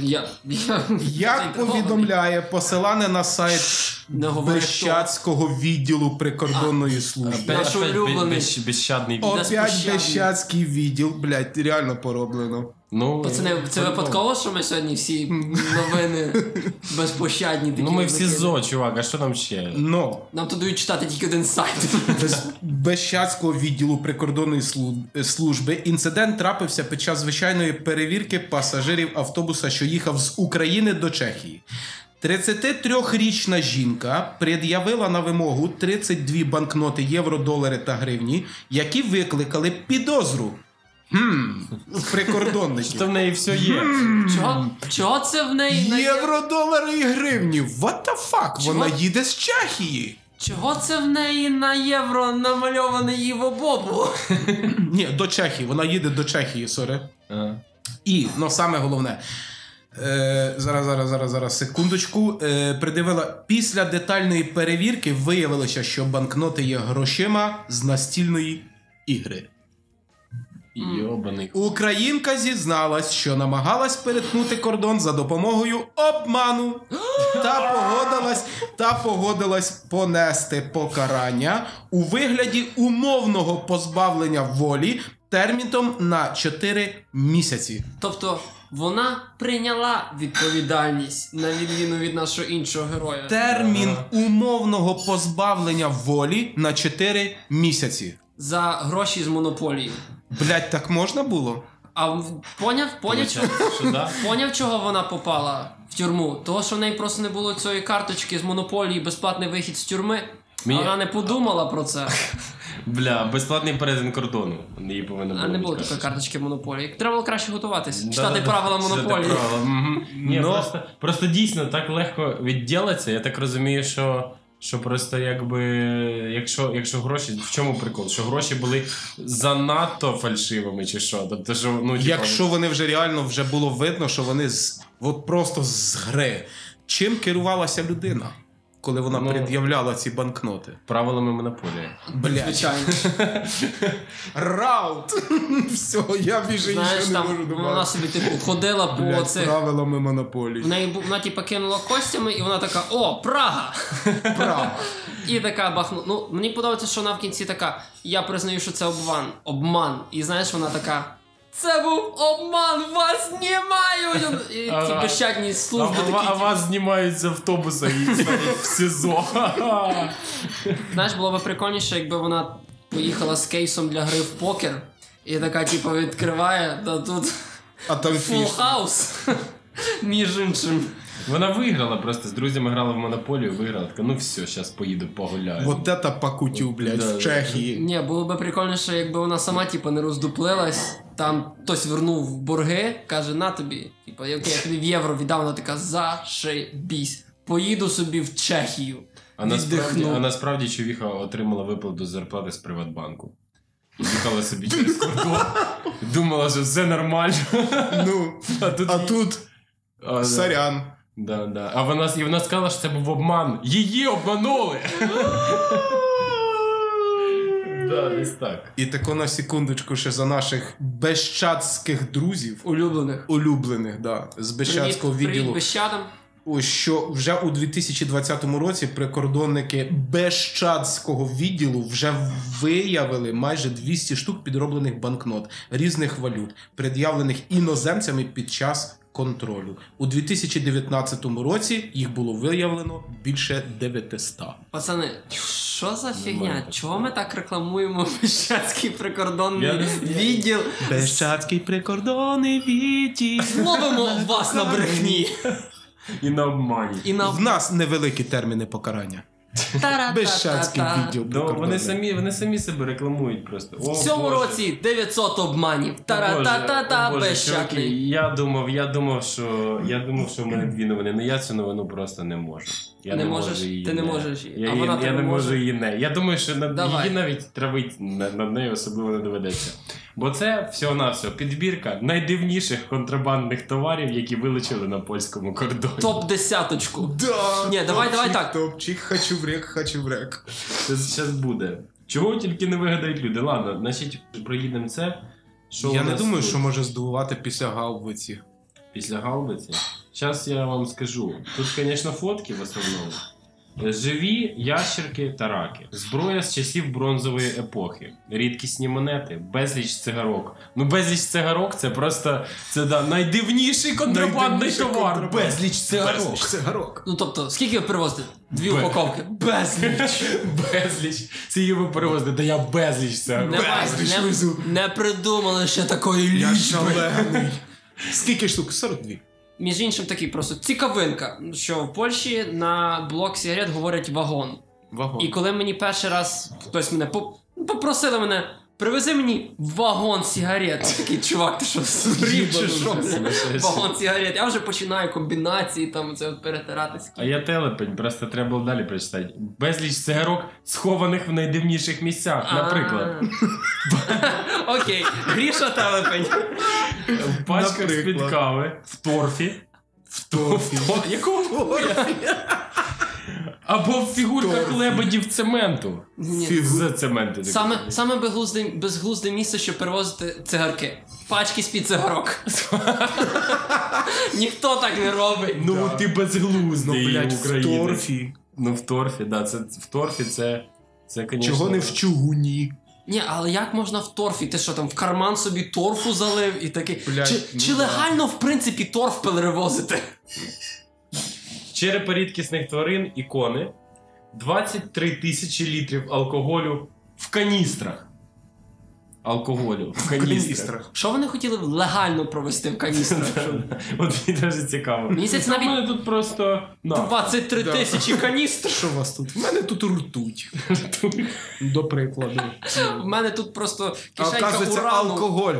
B: Я, я,
D: Як повідомляє посилання на сайт
B: Не говори, хто.
D: Берщацького відділу прикордонної служби.
B: Опять Наш улюблений.
C: без- безщадний від.
B: Опять
D: Опять
B: безпощадний.
D: Берщацький відділ, блядь, реально пороблено.
C: Ну,
B: Пацани, це випадково, що ми сьогодні всі новини безпощадні такі.
C: Ну ми всі
B: викинули?
C: зо, чувак, а що там ще?
D: Но
B: Нам тут дають читати тільки один сайт.
D: без Берщацького відділу прикордонної слу- е, служби інцидент трапився під час звичайної перевірки пасажирів автобуса, що їхав з України до Чехії. 33-річна жінка пред'явила на вимогу 32 банкноти євро, долари та гривні, які викликали підозру. Хм, прикордонників.
C: Що в неї все є?
B: Чого, чого це в неї? на-
D: Євро, долари і гривні. What the fuck?
B: Чого?
D: Вона їде з Чехії.
B: Чого це в неї на євро намальований Іво Бобу?
D: Ні, до Чехії. Вона їде до Чехії, сори.
C: А.
D: І, ну саме головне. Е, зараз, зараз, зараз, зараз, секундочку. Е, придивила. Після детальної перевірки виявилося, що банкноти є грошима з настільної ігри.
C: Йобаний.
D: Українка зізналась, що намагалась перетнути кордон за допомогою обману та погодилась та погодилась понести покарання у вигляді умовного позбавлення волі терміном на 4 місяці.
B: Тобто вона прийняла відповідальність на відміну від нашого іншого героя.
D: Термін умовного позбавлення волі на 4 місяці.
B: за гроші з монополії.
D: Блять, так можна було?
B: А в- поняв, поняв, чого,
C: Що, да?
B: поняв, чого вона попала в тюрму? Того, що в неї просто не було цієї карточки з монополії, безплатний вихід з тюрми.
C: Мені-
B: Вона не подумала про це.
C: Бля, безплатний перезин кордону. Її повинно
B: А
C: було.
B: не
C: бути.
B: було такої карточки монополії. Треба було краще готуватись,
C: Да-да-да.
B: читати правила монополії.
C: Читати правила, мгм. Ні,
D: Но-
C: просто, просто дійсно так легко відділиться. Я так розумію, що. Що просто якби, якщо, якщо гроші, в чому прикол? Що гроші були занадто фальшивими, чи що? Тобто, що ну типу,
D: Якщо вони вже реально вже було видно, що вони з от просто з гри. Чим керувалася людина, коли вона
C: Ну.
D: пред'являла ці банкноти?
C: правилами монополії.
D: Блять,
B: Звичайно.
D: раут! Все, я більше
B: Знаєш,
D: нічого не можу
B: там вона
D: думати.
B: собі типу ходила по
D: Блядь,
B: цих.
D: правилами
B: В
D: монополії.
B: неї бу- вона типу кинула костями, і вона така: О, Прага!
D: Прав.
B: І така бахнула. Ну, мені подобається, що вона в кінці така. Я признаю, що це обман. Обман. І знаєш, вона така. Це був обман, вас немає! І ті пощадні
C: А,
B: служби
C: ва- а
B: такі.
C: вас знімають з автобуса і ставлять в СІЗО.
B: Знаєш, було би прикольніше, якби вона поїхала з кейсом для гри в покер. І така, типу, відкриває, та тут
D: А там
B: фул
D: фіш.
B: хаус. Між іншим.
C: Вона виграла просто з друзями грала в монополію, виграла. Така, ну все, зараз поїду погуляю.
D: Вот это пакутю, блядь,
C: Да.
D: в Чехії.
B: Ні, було би прикольніше, якби вона сама, типу, не роздуплилась, там хтось вернув борги, каже, на тобі. Типу, як я тобі в євро віддав, вона така зашибісь. Поїду собі в Чехію.
C: А насправді,
B: віддихну.
C: а насправді чувіха отримала виплату з зарплати з Приватбанку. Їхала собі через кордон. Думала, що все нормально.
D: Ну,
C: А тут.
D: а
C: їй-
D: тут
C: А, да.
D: сорян.
C: Да, да. А вона, і вона сказала, що це був обман. Її обманули! Да, десь так.
D: І тако на секундочку ще за наших безчатських друзів,
B: Улюблених.
D: улюблених, да, з
B: Привіт,
D: безчатського
B: привіт
D: відділу.
B: Бещадам.
D: Ось що вже у 2020 році прикордонники Бещадського відділу вже виявили майже 200 штук підроблених банкнот різних валют, пред'явлених іноземцями під час контролю. У 2019 році їх було виявлено більше 900.
B: Пацани, що за фігня?
C: Нормально.
B: Чого ми так рекламуємо Бещадський
C: Я
B: прикордонний
C: не
B: відділ?
D: Бещадський прикордонний відділ.
B: Ловимо вас на брехні.
C: І на обмані.
B: І на
D: В нас невеликі терміни покарання.
B: Тара-та-та-та.
D: Бещадський відділ
C: Да, Ну, вони,
D: прикордонний.
C: самі, вони самі себе рекламують просто. О,
B: В цьому
C: Боже.
B: році 900 обманів.
C: О, Боже,
B: Тара-та-та-та,
C: о, Боже, чуваки,
B: безщадний.
C: Я думав, я думав, що я думав, що в мене дві новини. Ну я цю новину просто не можу. Я
B: Не можеш?
C: її
B: Ти не можеш її.
C: Я,
B: А
C: її,
B: вона
C: я
B: тебе
C: не можу
B: може?
C: її не. Я думаю, що над
B: Давай.
C: її навіть травить над, над нею особливо не доведеться. Бо це всього навсього підбірка найдивніших контрабандних товарів, які вилучили на польському кордоні.
B: Топ десяточку.
D: Да,
B: Ні, давай, давай
D: топчик,
B: так.
D: Топчик, хочу врек, хочу врек.
C: Це зараз буде. Чого тільки не вигадають люди? Ладно, значить, проїдемо це. Що
D: Я
C: у
D: не
C: нас
D: думаю,
C: тут?
D: що може здивувати після гаубиці.
C: Після гаубиці. Зараз я вам скажу. Тут, звісно, фотки в основному. Е, Живі ящерки та раки. Зброя з часів бронзової епохи. Рідкісні монети, безліч цигарок. Ну, безліч цигарок це просто це да, найдивніший контрабандний
D: Найдивніший
C: товар.
D: контрабанд.
C: Безліч цигарок.
D: Безліч цигарок.
B: Ну тобто, скільки ви перевозите? Дві
C: Бе-
B: упаковки.
C: Безліч. Безліч. Це її ви перевозите, та я безліч цигарок.
B: Немає,
D: безліч
B: не,
D: везу.
B: не придумали ще такої
D: Я
B: лічби.
D: шалений. Скільки штук? 42.
B: Між іншим, такий просто цікавинка, що в Польщі на блок сигарет говорять вагон. І
D: Вагон.
B: коли мені перший раз хтось мене поп- попросили мене, привези мені вагон сигарет. Я Такий чувак, ти що сурів чи що? Вагон сигарет. Я вже починаю комбінації там це от перетиратись.
C: А я телепень, просто треба було далі прочитати. Безліч цигарок, схованих в найдивніших місцях, наприклад.
B: А. Окей, Гріша Телепень.
C: В пачках
D: Наприклад.
C: з-під кави, в торфі. В торфі. Якого хуя? Або в фігурках
D: Торфі.
C: лебедів цементу.
B: Ні.
D: Фіг.
C: З цементу.
B: Саме, саме безглузде, безглузде місце, щоб перевозити цигарки. Пачки з-під цигарок. Ніхто так не робить.
C: Ну
D: Да.
C: ти
D: Ну,
C: безглуздий
D: блядь, в
C: українець.
D: торфі.
C: Ну в торфі, да. Це в торфі це. Це, конечно,
D: Чого не в чугуні?
B: Ні, але як можна в торфі? Ти що там в карман собі торфу залив і такий.
D: Блядь,
B: чи
D: ну
B: чи
D: да.
B: легально, в принципі, торф перевозити?
C: Черепи рідкісних тварин, ікони, 23 тисячі літрів алкоголю в каністрах. Алкоголю в каністрах.
D: Каністрах.
B: Що вони хотіли б легально провести в каністрах?
C: От мені дуже цікаво.
B: Місяць
C: У
B: навіть
C: мене тут просто на
B: 23
D: Да.
B: тисячі каністр.
D: Що у вас тут? В мене тут ртуть. До прикладу.
B: У мене тут просто
D: А
B: кишенька
D: Оказується,
B: урану.
D: алкоголь.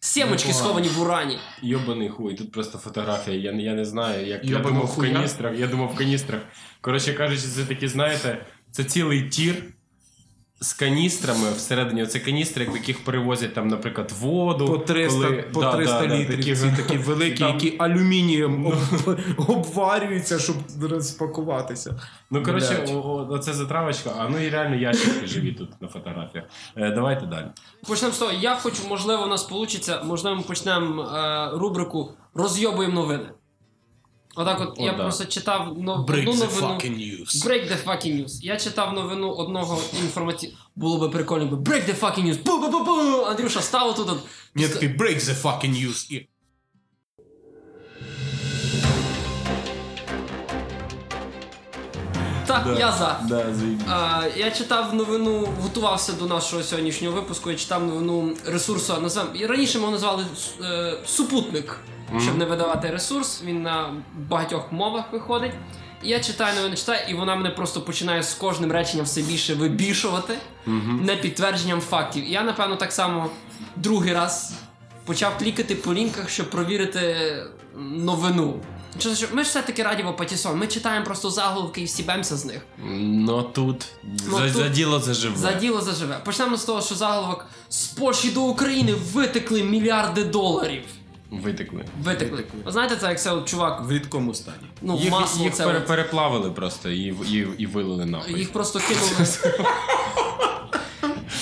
B: Сімочки
D: Непогано.
B: сховані в урані.
C: йобаний хуй. Тут просто фотографія. Я, я не знаю, як я
D: Йобаного
C: думав в
D: хуя?
C: каністрах. Я думав в каністрах. Коротше кажучи, це такі, знаєте, це цілий тір. З каністрами всередині, оце каністри, в яких перевозять там, наприклад, воду.
D: По 300,
C: коли-
D: по
C: Да,
D: 300
C: да, да,
D: літрів.
C: такі-
D: ці такі великі,
C: Там-
D: які алюмінієм об- обварюються, щоб розпакуватися.
C: Ну, коротше,
D: Блядь.
C: о- о- оце затравочка, а ну і реально ящики живі тут на фотографіях. Е, давайте далі.
B: Почнемо з того. Я хочу, можливо, у нас вийде, можливо, ми почнемо е, рубрику Розйобуємо новини. Отак, от
C: О,
B: я
C: да.
B: просто читав но- одну новину.
D: news.
B: Break the fucking news. Я читав новину одного інформаті... Було би прикольно, якби break the fucking news. бу бу бу бу Андрюша став тут. От...
D: Ні, такий break the fucking news. І
B: Так, я за.
C: Да, заїбі.
B: А, Е, я читав новину, готувався до нашого сьогоднішнього випуску. Я читав новину ресурсу. Назвем і раніше ми його назвали е, супутник, щоб не видавати ресурс. Він на багатьох мовах виходить. І Я читаю новину, читаю, і вона мене просто починає з кожним реченням все більше вибішувати непідтвердженням фактів. І я, напевно, так само другий раз почав клікати по лінках, щоб провірити новину. Чи- що- Ми ж все-таки радіо Патісон, ми читаємо просто заголовки і стібемося з них.
C: Ну тут,
B: Ну,
C: за,
B: тут-
C: за діло заживе.
B: За діло заживе. Почнемо з того, що заголовок з Польщі до України витекли мільярди доларів.
C: Витекли.
B: Витекли.
D: Витекли.
B: Ви знаєте, це як це от чувак.
D: в рідкому стані.
B: Ну,
C: їх
B: масло
C: їх
B: це
C: пере-
B: от.
C: переплавили просто і, в- і, і вилили нахуй.
B: їх просто кинули.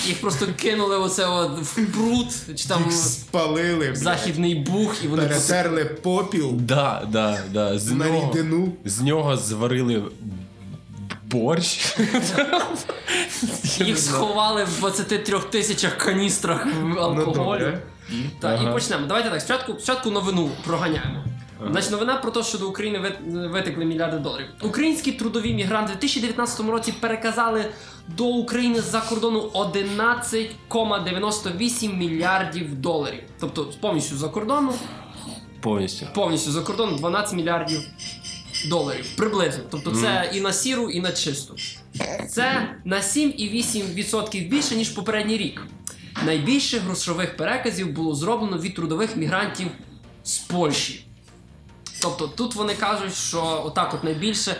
B: їх просто кинули оце от в пруд, чи там
D: Їх спалили,
B: в
D: блядь,
B: західний бух, і вони
D: перетерли попіл
C: Да, да, да. З
D: на
C: нього,
D: рідину.
C: з нього зварили б- борщ.
B: їх сховали в 23 тисячах каністрах алкоголю.
D: добре.
B: Так, і
C: Ага.
B: почнемо. Давайте так. Спочатку, спочатку новину проганяємо. Значить, новина про те, що до України вит- витекли мільярди доларів. Українські трудові мігранти в 2019 році переказали до України з-за кордону 11,98 мільярдів доларів. Тобто повністю за кордону,
C: Повністю.
B: повністю за кордону 12 мільярдів доларів. Приблизно. Тобто це і на сіру, і на чисту. Це на 7,8% більше, ніж попередній рік. Найбільше грошових переказів було зроблено від трудових мігрантів з Польщі. Тобто тут вони кажуть, що отак от найбільше.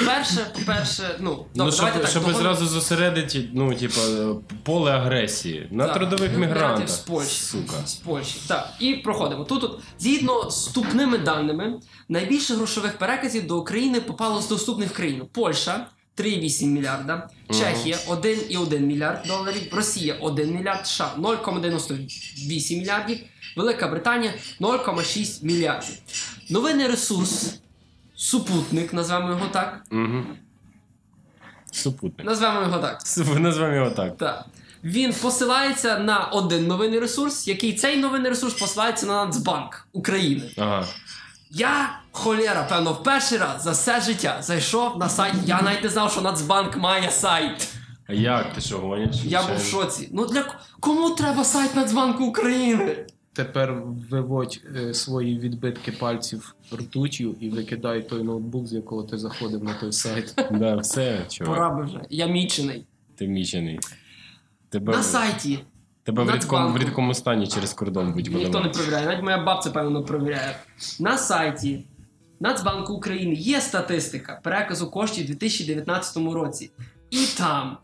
B: По-перше, по-перше, ну,
C: Ну,
B: добре,
C: щоб,
B: давайте так.
C: щоб
B: догон-
C: зразу зосередити, ну, типа, поле агресії на
B: Так,
C: трудових
B: ну,
C: мігрантах.
B: з Польщі.
C: Сука.
B: з Польщі. Так, і проходимо. Тут от, згідно з вступними даними, найбільше грошових переказів до України попало з доступних країн: Польща 3,8 мільярда, Чехія 1,1 мільярд доларів, Росія 1 мільярд, США 0,98 мільярдів, Велика Британія 0,6 мільярдів. Новини ресурс. Супутник, назвемо його так.
C: Угу. Супутник.
B: Назвемо його так.
C: Су- Назвемо його так.
B: Так. Він посилається на один новинний ресурс, який цей новинний ресурс посилається на Нацбанк України.
C: Ага.
B: Я, холєра, певно, в перший раз за все життя зайшов на сайт. Я навіть не знав, що Нацбанк має сайт.
C: А як ти що гониш?
B: Я був в шоці. Ну для к- кому треба сайт Нацбанку України?
D: Тепер виводь е, свої відбитки пальців ртутю і викидай той ноутбук, з якого ти заходив на той сайт.
C: Да, все, чувак.
B: Пора би вже. Я мічений.
C: Ти мічений. Тебе,
B: На сайті
C: тебе в, рідкому, в
B: Нацбанку.
C: рідкому стані через кордон будь
B: Ніхто не
C: подавати.
B: перевіряє, навіть моя бабця, певно, не перевіряє. На сайті Нацбанку України є статистика переказу коштів у 2019 році. І там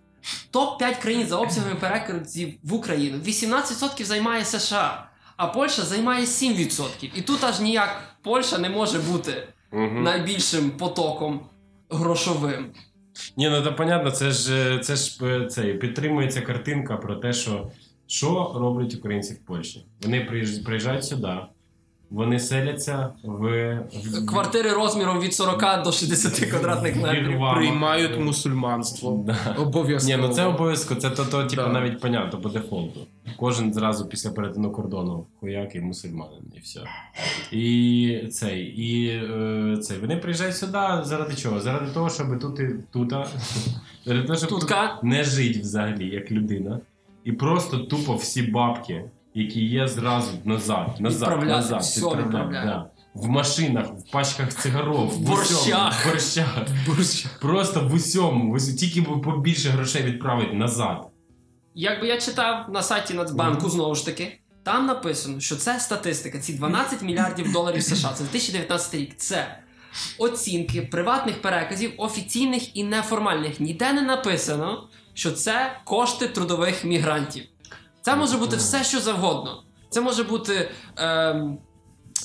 B: топ-5 країн за обсягами переказів в Україну. 18% займає США, а Польща займає 7%. І тут аж ніяк Польща не може бути
C: Мгм.
B: найбільшим потоком грошовим.
C: Ні, ну то понятно, це ж е, це ж е, це, підтримується картинка про те, що, що роблять українці в Польщі. Вони приїж- приїжджають сюди, вони селяться в, в
B: Квартири розміром від 40 до 60 квадратних метрів.
C: Вірвам.
D: Приймають мусульманство.
C: Да. Ні,
D: Обов'язково.
C: ну це обов'язково, це то, то типу,
D: Да.
C: навіть понятно по дефолту. Кожен зразу після перетину кордону хуяк і мусульманин, і все. І цей, і е, цей. Вони приїжджають сюди заради чого? Заради того, щоб тут і тута, заради того, щоб
B: Тутка.
C: тут не жить взагалі як людина. І просто тупо всі бабки, які є зразу назад, назад,
B: Відправляти,
C: назад,
B: все
C: відправляти,
B: відправляти.
C: да. В машинах, в пачках цигарок, в
B: борщах.
C: усьому, в борщах. Просто в усьому, в усьому. тільки б побільше грошей відправити назад.
B: Якби я читав на сайті Нацбанку знову ж таки, там написано, що це статистика. Ці 12 мільярдів доларів США. Це 2019 рік. Це оцінки приватних переказів, офіційних і неформальних. Ніде не написано, що це кошти трудових мігрантів. Це може бути все, що завгодно. Це може бути, ем,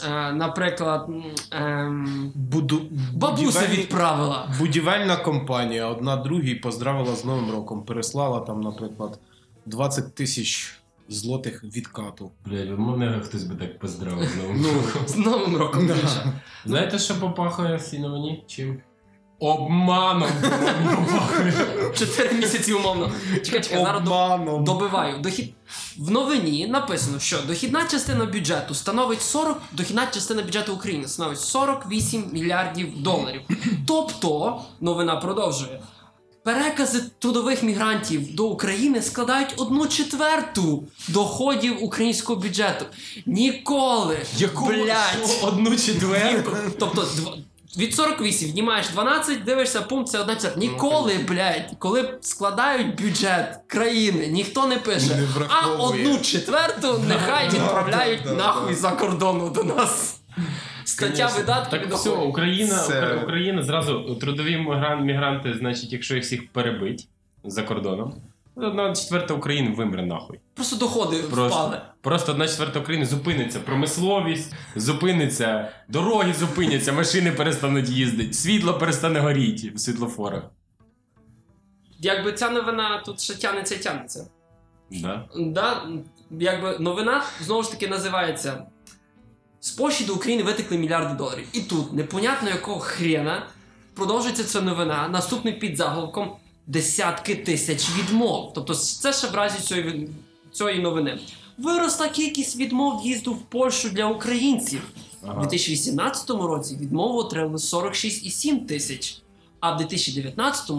B: е, наприклад, м, ем,
D: Буду...
B: бабуся
D: будівельні-
B: відправила.
D: Будівельна компанія одна другій поздравила з Новим роком. Переслала там, наприклад, 20 тисяч злотих відкату.
C: Блядь, мене хтось би так поздравив.
D: Ну,
B: З Новим роком.
D: Да.
B: Гриша.
C: Знаєте, що попахує всі новині? Чим? Обманом попахує.
B: Чотири місяці умовно. Чекай, чекай, зараз до-
D: Обманом.
B: добиваю. Дохід... В новині написано, що дохідна частина бюджету становить 40... дохідна частина бюджету України становить 48 мільярдів доларів. Тобто, новина продовжує. Перекази трудових мігрантів до України складають одну четверту доходів українського бюджету. Ніколи, блядь,
C: Одну четверту.
B: Тобто дв- від 48 знімаєш 12, дивишся, пункт це одна четверта. Ніколи,
D: Ну,
B: блядь, коли складають бюджет країни, ніхто не пише.
D: Не
B: а
D: враховує». Ну,
B: одну четверту нехай відправляють
D: да, да,
B: нахуй за кордону до нас. Стаття видатків
C: Так
B: доходів.
C: все, Україна,
D: Це-
C: Укра- Україна зразу трудові мігран- мігранти, значить, якщо їх всіх перебить за кордоном, одна четверта України вимре нахуй.
B: Просто доходи впали.
C: Просто, просто одна четверта України зупиниться промисловість, зупиниться, дороги зупиняться, машини перестануть їздити, світло перестане горіти в світлофорах.
B: Якби ця новина тут ще тянеться, тянеться.
C: Да?
B: Да, якби новина знову ж таки називається З Польщі до України витекли мільярди доларів. І тут, непонятно якого хрена, продовжується ця новина наступним під заголовком десятки тисяч відмов. Тобто, це ще в разі цієї, від- цієї новини. Виросла кількість відмов в'їзду в Польщу для українців. У
C: Ага.
B: 2018 році відмову отримали 46,7 тисяч, а в 2019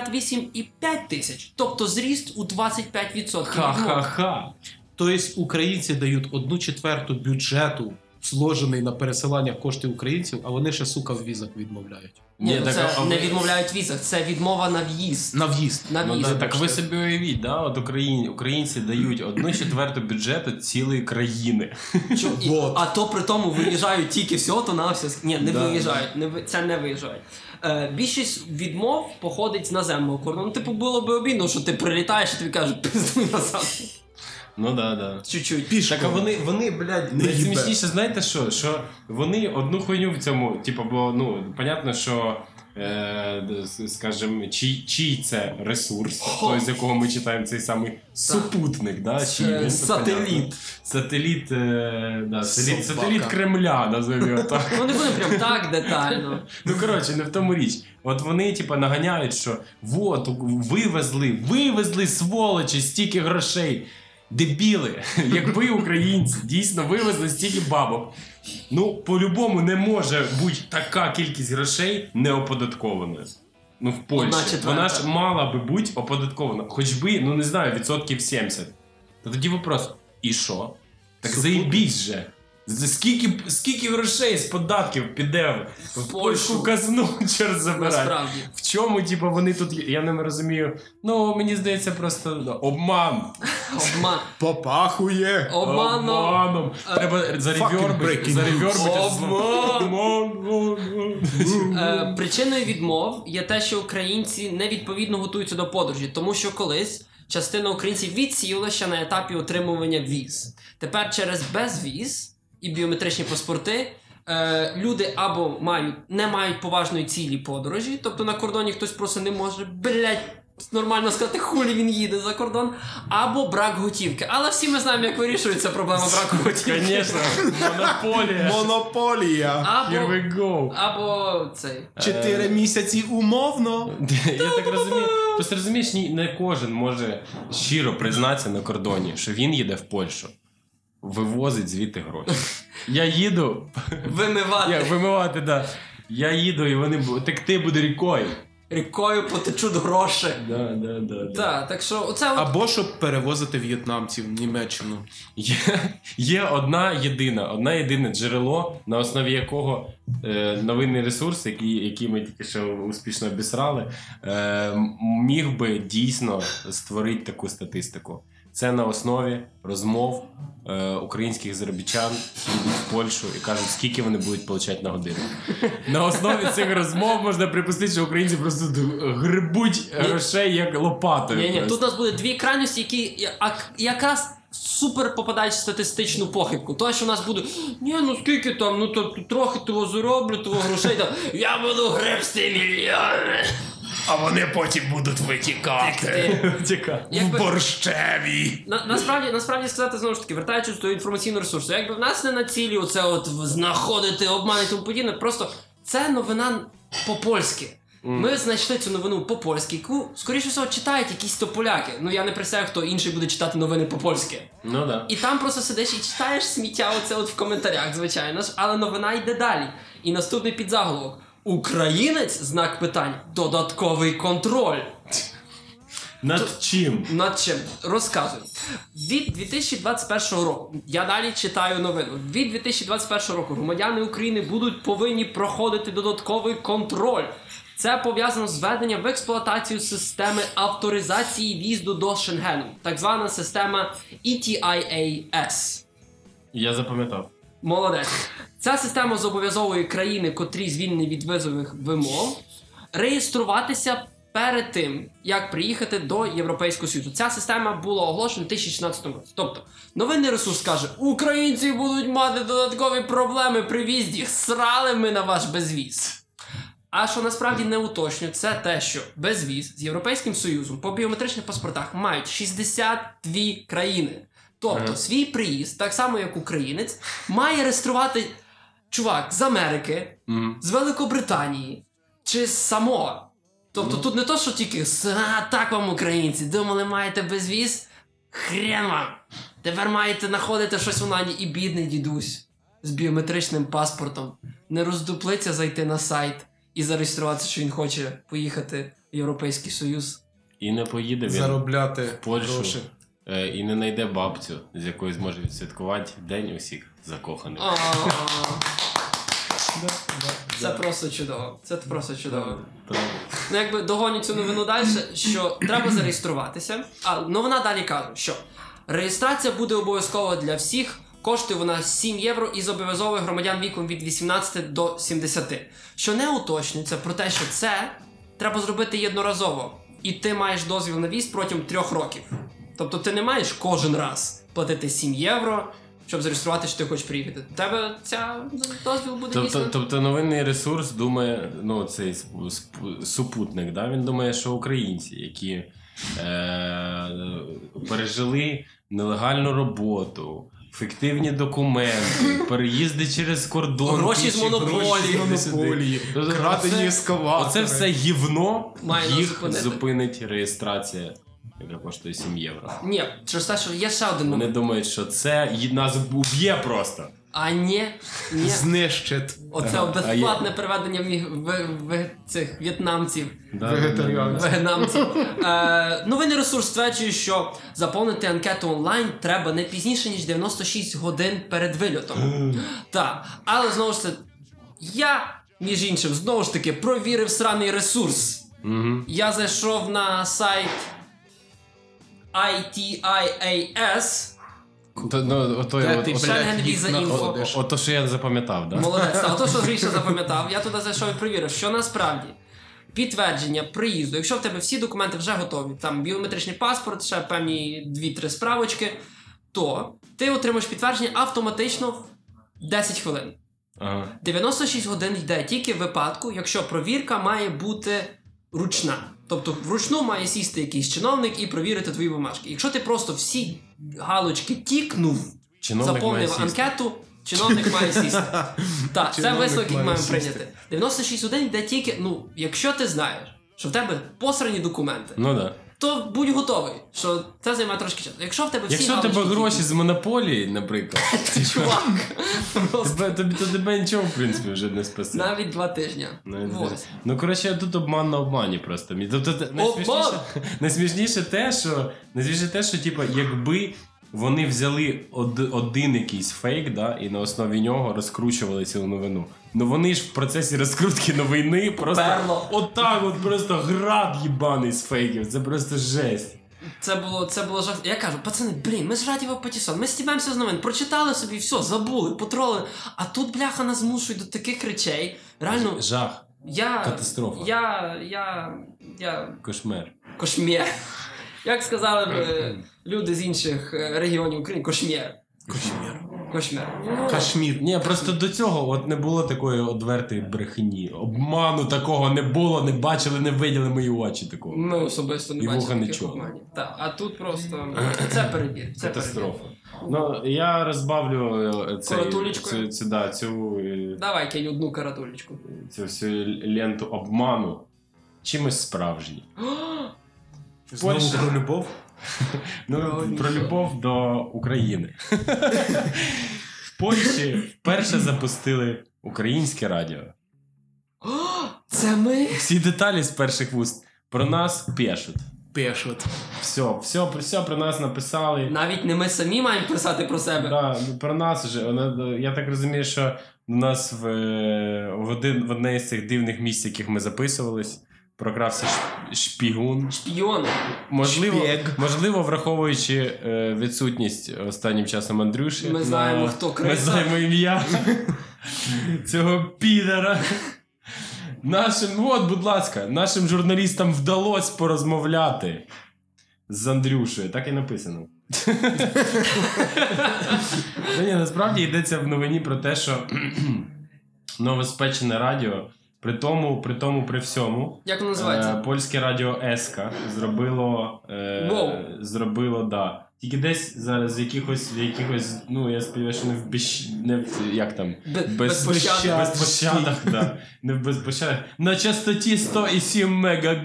B: 58,5 тисяч, тобто зріст у 25% відмов.
D: Ха-ха-ха. Тобто українці дають одну четверту бюджету, зложений на пересилання коштів українців, а вони ще сука в візах відмовляють.
B: Ні, ну,
C: так,
B: це
C: а ви-
B: не відмовляють візах, це відмова на в'їзд.
D: На в'їзд.
B: На
C: Ну,
B: в'їзд.
C: да, так ви собі уявіть, да? от Україні, українці дають одну четверту бюджету цілої країни.
D: Ну,
B: Чу- і-
D: Вот.
B: А то при тому виїжджають тільки всього, то на все. Ні, не
C: Да.
B: виїжджають, не ви- це не виїжджають. Е, більшість відмов походить з наземного кордону. Ну, типу, було би обідно, що ти прилітаєш і тобі кажуть, пиздуй назад.
C: Ну да, да.
B: Чуть-чуть.
D: Пішки.
C: Так а вони, вони, блядь,
D: Не їбе.
C: найсмішніше, знаєте що? Що вони одну хуйню в цьому, типу, бо ну, понятно, що. Е, д- с- скажем, чий, чий це ресурс,
B: Хо.
C: той, з якого ми читаємо цей самий супутник, да?
B: Це
C: чий він, це понятно.
B: сателіт.
C: Сателіт, е, да, сателіт,
D: Собака.
C: сателіт Кремля, назовемо його так.
B: Ну, не буде прям так детально.
C: Ну коротше, не в тому річ. От вони, типу, наганяють, що вот вивезли, вивезли сволочі стільки грошей. Дебіли, якби українці дійсно вивезли стільки бабок. Ну, по-любому не може бути така кількість грошей неоподаткованою. Ну, в Польщі.
B: Одна четверта.
C: Вона ж мала би бути оподаткована. Хоч би, ну не знаю, відсотків 70. Та тоді вопрос: і що? Так заїбіть же. З- Скільки, скільки грошей з податків піде в, в
B: Польщу.
C: польську казну чорт забирай.
B: Насправді.
C: В чому, типу, вони тут, є? я не розумію. Ну, мені здається, просто
B: Ну,
C: да, обман.
B: Обман.
D: Попахує.
B: Обмано.
C: Обманом.
B: Е,
C: Треба
D: breaking
C: заревьорбити.
B: news.
C: Обман.
B: Е, причиною відмов є те, що українці невідповідно готуються до подорожі, тому що колись частина українців відсіяла ще на етапі отримування віз. Тепер через безвіз і біометричні паспорти. Е, люди або мають не мають поважної цілі подорожі, тобто на кордоні хтось просто не може блять нормально сказати, хулі він їде за кордон, або брак готівки. Але всі ми знаємо, як вирішується проблема браку готівки.
C: Конечно, монополія.
D: Монополія.
C: Here
B: Або,
C: we go.
B: або цей.
D: Чотири місяці умовно.
C: Я так розумію. Просто розумієш, ні- не кожен може щиро признатися на кордоні, що він їде в Польщу, вивозить звідти гроші. Я їду,
B: Вимивати.
C: я вимивати, да. Я їду, і вони бу- текти буде рікою.
B: рікою потечуть гроші.
C: Да, да, да, да.
B: Так, так що оце от
D: Або щоб перевозити в'єтнамців в Німеччину.
C: Є, є одна єдина, одна єдине джерело, на основі якого е, новинний ресурс, який, який ми тільки що успішно обісрали, е, міг би дійсно створити таку статистику. Це на основі розмов е, українських заробітчан, які йдуть в Польщу і кажуть, скільки вони будуть получати на годину. На основі цих розмов можна припустити, що українці просто грибуть грошей як лопатою.
B: ні, ні,
C: просто.
B: тут у нас буде дві крайності, які я- ак- якраз супер попадають в статистичну похибку. То, що у нас буде, ні, ну скільки там, ну то трохи того зароблю, того грошей там. Я буду гребсти мільйони.
E: А вони потім будуть витікати
C: Тікає.
B: Якби-
E: в борщеві.
B: На, насправді, насправді сказати знову ж таки, вертаючись до інформаційного ресурсу, якби в нас не на цілі оце от в- знаходити обман і тому подібне, просто це новина по-польськи. Ми знайшли цю новину по-польськи, яку, скоріше всього, читають якісь то поляки. Ну я не представляю, хто інший буде читати новини по-польськи.
C: Ну да.
B: І там просто сидиш і читаєш сміття оце от в коментарях, звичайно ж, але новина йде далі. І наступний підзаголовок: Українець знак питань, додатковий контроль.
C: Над чим?
B: Над чим розказую від 2021 року. Я далі читаю новину. Від 2021 року громадяни України будуть повинні проходити додатковий контроль. Це пов'язано з введенням в експлуатацію системи авторизації в'їзду до Шенгену, так звана система E ETIAS.
C: Я запам'ятав.
B: Молодець. Ця система зобов'язовує країни, котрі звільнені від визових вимог, реєструватися перед тим, як приїхати до Європейського Союзу. Ця система була оголошена в 2016 році. Тобто, новинний ресурс каже: Українці будуть мати додаткові проблеми при в'їзді. Срали ми на ваш безвіз. А що насправді не уточнює, це те, що безвіз з Європейським Союзом по біометричних паспортах мають 62 країни. Тобто
C: Ага.
B: свій приїзд, так само як українець, має реєструвати чувак з Америки,
C: Мгм.
B: з Великобританії чи з Самоа. Тобто тут не то, що тільки «С- а, так вам, українці, думали, маєте безвіз? Хрен вам! Тепер маєте знаходити щось в Унані і бідний дідусь з біометричним паспортом. Не роздуплиться зайти на сайт і зареєструватися, що він хоче поїхати в Європейський Союз.
C: І не поїде він
D: Заробляти
C: Польщу.
D: гроші.
C: е, і не знайде бабцю, з якою зможе відсвяткувати день усіх закоханих.
B: А, Це просто чудово. Це просто чудово.
C: Правда.
B: Ну, якби догоню цю новину далі, що треба зареєструватися. А новина далі каже, що реєстрація буде обов'язкова для всіх. Коштує вона 7 євро і зобов'язовує громадян віком від 18 до 70. Що не уточнюється про те, що це треба зробити єдноразово, і ти маєш дозвіл на віз протягом 3 років. Тобто ти не маєш кожен раз платити 7 євро, щоб зареєструвати, що ти хочеш приїхати. У тебе ця дозвіл буде
C: Тобто,
B: дійсно.
C: тобто новинний ресурс думає, ну цей сп- сп- супутник, да? він думає, що українці, які е, пережили нелегальну роботу, фіктивні документи, переїзди через кордон.
B: Гроші з
C: піші,
B: монополії.
C: гроші з
D: Монополії,
C: Тобто
D: крадені
C: оце-
D: ескаватори.
C: Оце все гівно
B: Має нас
C: їх
B: зупинити.
C: зупинить реєстрація, яка коштує 7 євро.
B: Ні, через те, що є ще один
C: Вони
B: момент.
C: думають, що це ї- нас уб'є просто.
B: А ні, ні.
D: знищить
B: Оце
C: Ага, а
B: безплатне переведення в, міг- в, в цих в'єтнамців,
C: Да,
D: Вегетаріанці.
B: в'єтнамців. Е, новини ресурс стверджує, що заповнити анкету онлайн треба не пізніше, ніж 96 годин перед вильотом. так, але знову ж це я, між іншим, знову ж таки провірив сраний ресурс.
C: Мгм.
B: Я зайшов на сайт ITIAS.
C: То, ну, ото я
D: Де
C: от-
D: ти,
C: от-
B: Шенген віза інфо.
C: О- Ото що я запам'ятав, да?
B: Молодець, а то, що Гріша запам'ятав, я туди зайшов і перевірив, що насправді підтвердження приїзду, якщо в тебе всі документи вже готові, там біометричний паспорт, ще певні дві-три справочки, то ти отримаєш підтвердження автоматично в 10 хвилин.
C: Ага.
B: 96 годин йде тільки в випадку, якщо провірка має бути ручна. Тобто вручну має сісти якийсь чиновник і провірити твої бумажки. Якщо ти просто всі галочки тікнув,
C: Чиновник Ну, має
B: заповнив
C: сісти.
B: анкету, чиновник має сісти. Так, це
D: Чиновник
B: висновок, який
D: має
B: маємо
D: сісти.
B: прийняти. 96 годин йде тільки, ну, якщо ти знаєш, що в тебе посрані документи,
C: Ну да.
B: то будь готовий, що це займе трошки часу. Якщо в тебе всі
C: Якщо в
B: галочки
C: тебе гроші
B: тікнуть,
C: з монополії, наприклад,
B: ти чувак, просто
C: тебе, тобі то тебе нічого в принципі вже не спасе.
B: навіть два тижні.
C: Навіть
B: Ось.
C: десь. Ну коротше, тут обман на обмані просто. Мі- Тобто те- найсмішніше, найсмішніше те, що найсмішніше те, що типу, якби вони взяли од- один якийсь фейк, да, і на основі нього розкручували цілу новину. Ну вони ж в процесі розкрутки новини просто
B: Перло.
C: отак, от просто град їбаний з фейків. Це просто жесть.
B: Це було, це було жах. Я кажу, пацани, блін, ми ж радіво потісон, ми стібаємося з новин, прочитали собі, все, забули, потролили. А тут, бляха, нас змушують до таких речей. Реально,
C: Жах,
B: я.
C: катастрофа,
B: Я. Я. Я.
C: кошмер.
B: Кошмєр. Як сказали б е, люди з інших е, регіонів України, кошмєр. Кошмєр. Кошмєр. Ну,
D: Кашмір.
C: Ні, просто до цього от не було такої одвертої брехні. Обману такого не було, не бачили, не виділи мої очі такого.
B: Ми особисто не
C: І вуха
B: бачили
C: не
B: таких
C: чули.
B: обманів. Так, а тут просто це перебір. Це перебір.
C: Катастрофа. Ну, я розбавлю е, цей,
B: Коротулечкою?
C: цю, цю, да, цю, е,
B: Давай кинь одну каратулечку.
C: цю всю ленту обману чимось справжнім.
D: Знову
C: Польща.
D: про любов.
C: Ну, про любов до України. В Польщі вперше запустили українське радіо.
B: Це ми?
C: Всі деталі з перших вуст. Про нас пишуть.
D: Пешот.
C: Все, все, все про нас написали.
B: Навіть не ми самі маємо писати про себе.
C: Да, ну, про нас вже. Вона- ну, Я так розумію, що у нас в, е, в, один, в одне з цих дивних місць, яких ми записувались, прокрався ш- шпігун.
B: Шпіони.
C: Можливо,
D: Шпіг.
C: можливо враховуючи е, відсутність останнім часом Андрюші.
B: Ми
C: на-
B: знаємо, хто
C: Ми
B: криса.
C: знаємо ім'я цього підара. Нашим, ну от, будь ласка, нашим журналістам вдалося порозмовляти з Андрюшею. Так і написано. Ну, ні, насправді йдеться в новині про те, що новоспечене радіо При тому, при тому, при всьому,
B: Як воно називається?
C: е, польське радіо Еска зробило, е,
B: Воу.
C: зробило, да. Тільки десь зараз якихось, в якихось, ну я сподіваюся, що не в біщ... не в, як там,
B: Бе-
C: Е, без
B: безпощадно.
C: без пощадах, да. Не в безпощадах. На частоті 107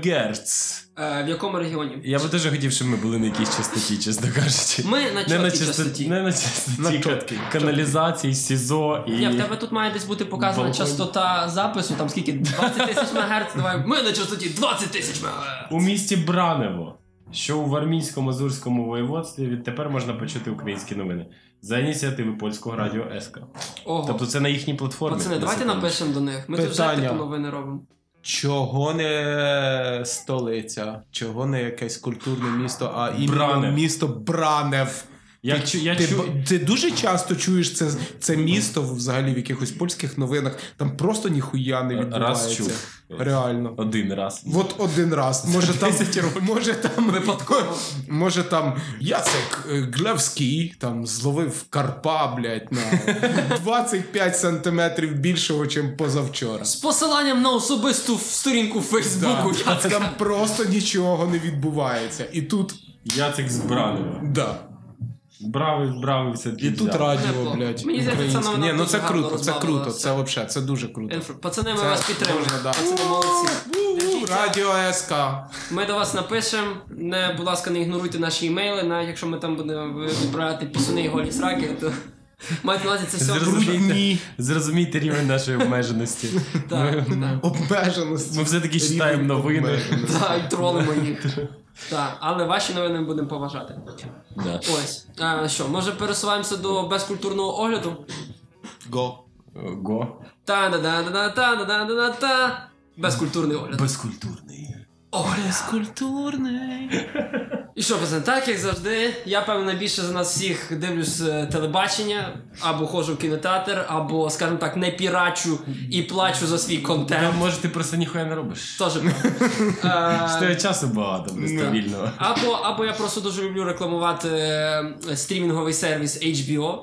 C: МГц.
B: Е, в якому регіоні?
C: Я би теж хотів, щоб ми були на якійсь частоті, чесно кажучи.
B: Ми на
C: Не на
B: чотій
C: частоті,
B: частоті.
C: не на частоті
D: На
C: ка-
D: чоткій.
C: каналізації, СІЗО і.
B: Ні, в тебе тут має десь бути показана
C: Балкон.
B: частота запису, там скільки? 20 тисяч МГц, давай. Ми на частоті 20 тисяч МГц.
C: У місті Бранево, що у Вармінсько-Мазурському воєводстві відтепер можна почути українські новини за ініціативи польського радіо ЕСКА.
B: Ого.
C: Тобто це на їхній платформі.
B: Пацани, давайте
C: секунду.
B: напишемо до них. Ми тут вже
D: Питання.
B: типу новини робимо.
D: Чого не столиця, чого не якесь культурне місто, а іменно
C: Бранев.
D: місто Бранев.
C: Я,
D: Ти-
C: чу, я,
D: ти,
C: чу,
D: б- ти дуже часто чуєш це, це місто взагалі в якихось польських новинах. Там просто ніхуя не
C: Раз
D: відбувається.
C: чув.
D: Реально.
C: Один раз.
D: От один раз. Може там, може там випадково. Може там Яцек е, Глевський там зловив карпа, блядь, на 25 сантиметрів більшого, ніж позавчора.
B: З посиланням на особисту в- сторінку в Фейсбуку.
D: Да. Там просто нічого не відбувається. І тут,
C: Яцик з Бранева.
D: да.
C: Бравий, бравий все.
D: І тут радіо,
B: Тепло.
D: блядь.
B: Мені здається,
D: українське.
B: це нам-
D: Ні,
B: нам
D: ну це
B: дуже
D: круто,
B: гарно
D: це круто,
B: розбавило
D: це вообще, це дуже круто.
B: Інфо- Пацани, ми
D: Це
B: вас підтримуємо.
D: можна, да.
B: Пацани, молодці.
D: У, Радіо СК.
B: Ми до вас напишемо. Не, будь ласка, не ігноруйте наші імейли, навіть якщо ми там будемо відправляти пісуни і голі сраки, то майте на увазі це все
C: Зрозумійте, зрозумійте рівень нашої обмеженості.
B: Так, так.
D: Обмеженості.
C: Ми все-таки читаємо
D: Рівень
C: новини.
D: обмеженості.
B: Так, і тролимо їх. Так, але ваші новини ми будемо поважати.
C: Да.
B: Ось. А, що, може пересуваємося до безкультурного огляду?
D: Го.
C: Го.
B: та да да да да та да да да да та Безкультурний огляд.
C: Безкультурний.
B: І що, пацан, так як завжди, я певно більше за нас всіх дивлюсь е, телебачення, або ходжу в кінотеатр, або, скажімо так, не пірачу і плачу за свій
C: Та
B: контент.
C: може ти просто ніхуя не робиш.
B: Тоже правда.
C: Що
B: Е,
C: я часу багато нестабільного.
B: Або, або я просто дуже люблю рекламувати е, стрімінговий сервіс HBO,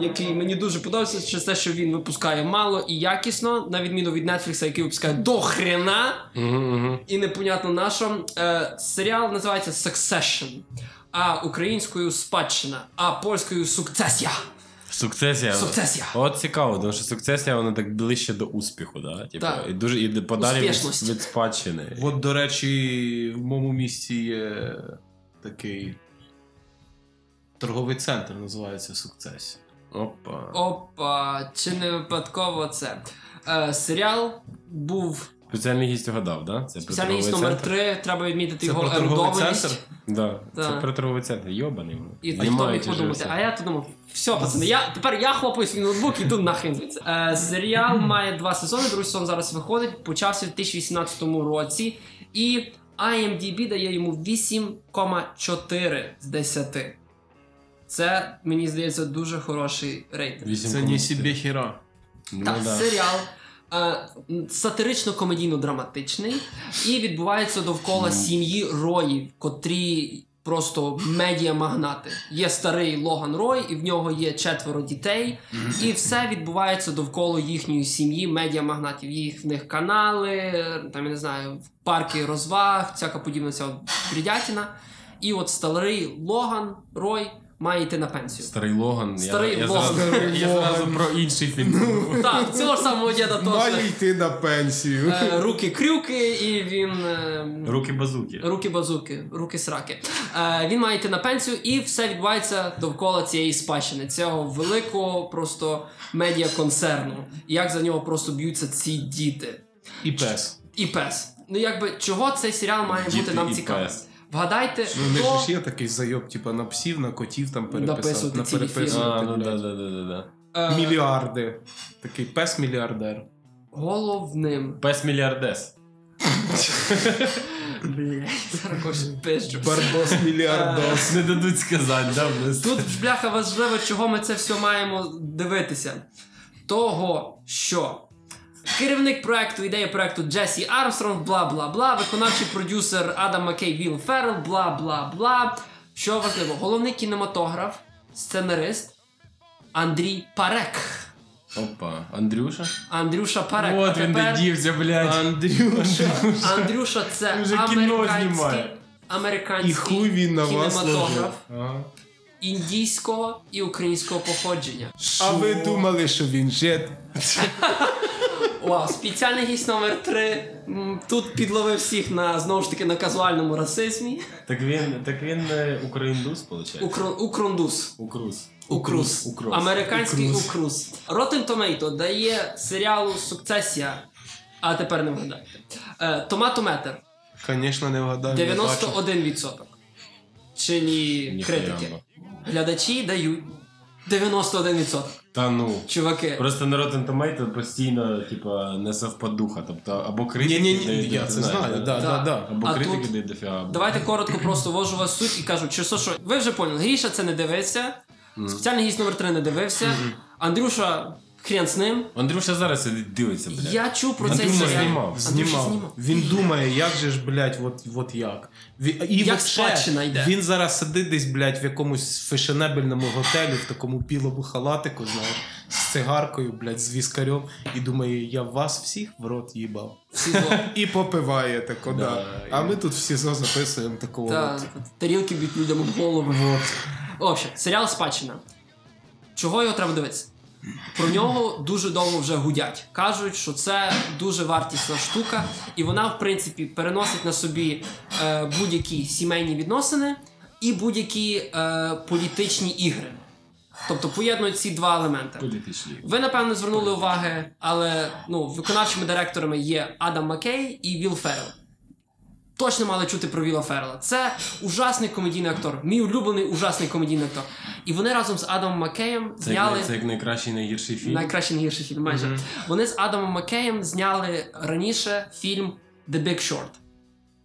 B: який мені дуже подобається через те, що він випускає мало і якісно, на відміну від Netflix, який випускає до хрена. і непонятно на що. Е, серіал називається Succession, а українською спадщина, а польською сукцесія.
C: Сукцесія.
B: Сукцесія.
C: От цікаво, тому що сукцесія вона так ближче до успіху, да? Типу,
B: Так.
C: і дуже і подалі від,
B: Успішності.
C: від спадщини.
D: От, до речі, в моєму місті є такий торговий центр, називається Сукцес.
C: Опа.
B: Опа, чи не випадково це? Е, серіал був
C: Спеціальний гість угадав, да? Це
B: спеціальний
C: про
B: гість
C: торговий
B: номер
C: центр?
B: 3, треба відмітити
D: Це
B: його
D: про торговий
B: ерудованість.
D: центр?
C: Да. Це
B: Так.
C: про торговий центр. Йобаний.
B: І а хто
C: Знімають
B: міг
C: вже
B: подумати?
C: все.
B: А я то думав, все, пацани, я тепер я хлопаю свій ноутбук і йду нахрен звідси. Е, серіал має два сезони, другий сезон зараз виходить, почався в 2018 році, і IMDb дає йому 8,4 з 10. Це, мені здається, дуже хороший рейтинг.
C: Вісім
D: Це не
C: комітетів.
D: себе хіра.
C: Ну,
B: Так,
C: да.
B: серіал. е, м, Сатирично-комедійно-драматичний і відбувається
C: Ну.
B: довкола сім'ї Роїв, котрі просто медіамагнати. Є старий Логан Рой, і в нього є четверо дітей, і все відбувається довкола їхньої сім'ї медіамагнатів. Їх в них канали, там я не знаю, парки розваг, всяка подібна ця бредятіна. І от старий Логан Рой має йти на пенсію.
C: Старий Логан.
B: Старий
C: я, я,
B: Логан.
C: Зразу, я зразу про інший фільм.
B: Так, цього ж самого діда теж.
D: Має йти на пенсію.
B: Е, руки крюки, і він. е,
C: Руки базуки.
B: Руки базуки, руки сраки. Е, він має йти на пенсію, і все відбувається довкола цієї спадщини, цього великого просто медіаконцерну. І Як за нього просто б'ються ці діти
D: І пес.
B: і пес. Ну якби чого цей серіал має
C: Діти
B: бути нам
C: і
B: цікавим?
C: пес.
B: Вгадайте,
D: Ну, в них же ж
B: хто
D: є такий зайоб, типу, на псів, на котів там
B: Написувати
D: переписати, на
B: цілі
C: А,
D: переписувати.
C: ну да,
D: блядь.
C: да, да, да, да.
B: е,
D: Мільярди. Такий пес мільярдер.
B: головним.
C: Пес мільярдес.
B: Блядь, зараз когось пизджу.
D: Барбос мільярдос.
C: Не дадуть сказати, да, в нас.
B: Тут ж, бляха важливо, чого ми це все маємо дивитися. Того, що керівник проекту, ідея проекту Джесі Армстронг, бла бла бла, виконавчий продюсер Адам Маккей Вілл Феррел, бла бла бла. Що важливо, головний кінематограф, сценарист Андрій Парек.
C: Опа, Андрюша?
B: Андрюша Перек. а
C: От він де
B: тепер
C: дівся, блядь.
D: Андрюша.
B: Андрюша це
C: вже кіно
B: американський,
C: знімає.
B: американський
D: І хуй він на вас
B: кінематограф
D: ложить.
C: Ага.
B: індійського і українського походження.
D: А ви думали, що він жит?
B: Вау, спеціальний гість номер 3 Тут підловив всіх на знову ж таки на казуальному расизмі.
C: Так він, так він е, україндус, виходить?
B: Укру, укрундус.
C: Укрус.
B: Укрус.
C: Укрус.
B: Американський укрус. Rotten Tomato дає серіалу Сукцесія. А тепер не вгадайте. Е, Томатометр
D: Звісно, не вгадаю. не бачу.
B: 91%. Чині
C: Ніхуя
B: критики.
C: ба.
B: Глядачі дають 91%.
C: Та ну.
B: Чуваки.
C: Просто на Rotten Tomato постійно, типа, не совпадуха. Тобто, або критики.
D: Ні-ні-ні,
C: дають
D: я
C: дофіга,
D: це знаю, да, да, да.
C: Або
B: А
C: критики
B: тут-
C: дають дофіга. або-
B: Давайте коротко просто вожу вас суть і кажу, чи що, що ви вже поняли, Гріша це не дивився, спеціальний гість номер 3 не дивився, Андрюша хрен з ним.
C: Андрюша зараз сидить, дивиться, блядь.
B: Я чув про цей
C: Андрюша
B: серіал.
C: знімав.
B: Андрюша
D: Знімав.
B: знімав.
D: Він думає, як же ж, блядь, от, от як. Ві- І
B: Як
D: вообще,
B: спадщина йде.
D: Він зараз сидить десь, блядь, в якомусь фешенебельному готелі, в такому білому халатику, знаєш, з цигаркою, блядь, з віскарем, і думає, я вас всіх в рот їбав.
B: Всі зло.
D: І попиває тако, да.
C: Да,
D: А ми тут всі зо записуємо такого.
B: Та,
D: от.
B: тарілки б'ють людям в голову. Общем, серіал Спадщина. Чого його треба дивитися? Про нього дуже довго вже гудять. Кажуть, що це дуже вартісна штука, і вона, в принципі, переносить на собі е, будь-які сімейні відносини і будь-які е, політичні ігри. Тобто поєднують ці два елементи.
C: Політичні.
B: Ви напевно звернули уваги, але ну, виконавчими директорами є Адам Маккей і Віл Феррел. Точно мали чути про Віла Феррела. Це ужасний комедійний актор, мій улюблений ужасний комедійний актор. І вони разом з Адамом Маккеєм
C: Це,
B: зняли
C: як, це як найкращий найгірший фільм.
B: найкращий найгірший фільм. Майже вони з Адамом Маккеєм зняли раніше фільм The Big Short.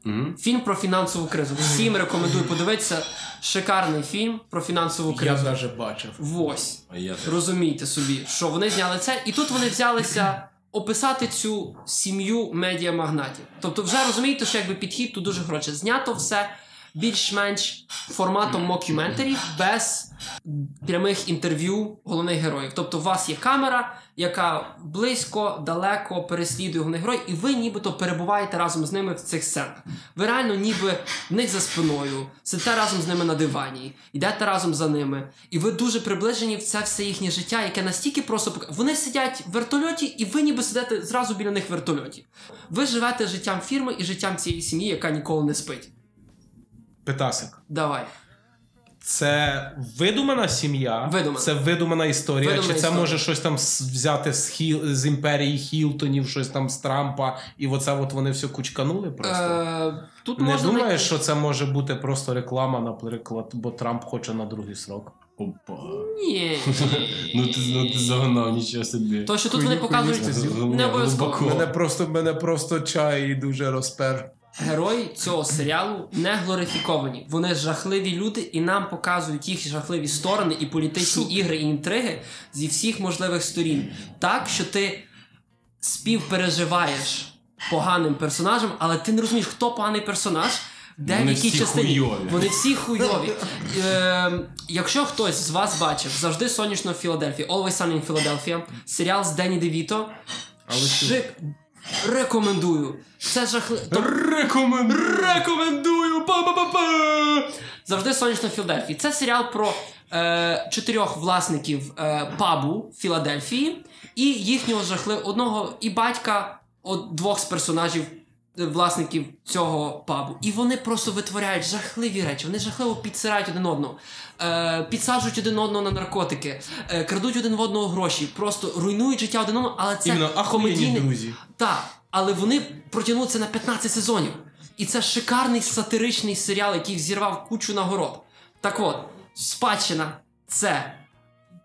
C: Мгм.
B: Фільм про фінансову кризу. Всім рекомендую подивитися. Шикарний фільм про фінансову
D: Я
B: кризу.
D: навіть бачив.
B: Вось.
C: А я так.
B: Розумійте собі, що вони зняли це, і тут вони взялися описати цю сім'ю медіамагнатів. Тобто, вже розумієте, що якби підхід тут дуже хороше. Знято все більш-менш форматом мокюментарі без прямих інтерв'ю головних героїв. Тобто, у вас є камера, яка близько, далеко переслідує головних героїв, і ви нібито перебуваєте разом з ними в цих сценах. Ви реально ніби в них за спиною, сидите разом з ними на дивані, йдете разом за ними, і ви дуже приближені в це все їхнє життя, яке настільки просто пок- Вони сидять в вертольоті, і ви ніби сидите зразу біля них в вертольоті. Ви живете життям фірми і життям цієї сім'ї, яка ніколи не спить.
D: Питасик.
B: Давай.
D: Це видумана сім'я,
B: Видумана.
D: це видумана історія.
B: Видумана
D: Чи це
B: історія.
D: може щось там з- взяти з Хіл з імперії Хілтонів, щось там з Трампа, і оце от вони все кучканули просто.
B: Е, тут
D: Не
B: можна
D: думаєш,
B: знайти-
D: що це може бути просто реклама, наприклад, бо Трамп хоче на другий срок.
C: Опа.
B: Ні.
C: Ну ти, ну ти загнав нічого собі.
B: То, що тут вони
D: Хуйню, хуйню
B: показують
D: сказав.
B: не обов'язково.
D: Мене просто мене просто чай дуже розпер.
B: Герої цього серіалу не глорифіковані. Вони жахливі люди, і нам показують їх жахливі сторони і політичні ігри і інтриги зі всіх можливих сторін. Так, що ти співпереживаєш поганим персонажем, але ти не розумієш, хто поганий персонаж, де
C: Вони
B: в якій
C: всі
B: частині.
C: хуйові.
B: Вони всі хуйові. Е, якщо хтось з вас бачив завжди сонячно в Філадельфії, Always Sunny in Philadelphia, серіал з Денні Девіто. Шик. Рекомендую. Це жахливо.
C: Рекомендую.
B: Рекомендую! Па-па-па-па! Завжди сонячно в Філадельфії. Це серіал про е, чотирьох власників е, пабу в Філадельфії і їхнього жахли одного і батька од, двох з персонажів. е, Власників цього пабу, і вони просто витворяють жахливі речі. Вони жахливо підсирають один одного, е, підсаджують один одного на наркотики, е, крадуть один в одного гроші, просто руйнують життя один одного, але це
D: Іменно ахуєнні
B: комедійний-
D: друзі.
B: так, але вони протягнули це на 15 сезонів. І це шикарний сатиричний серіал, який взірвав кучу нагород. Так от, спадщина це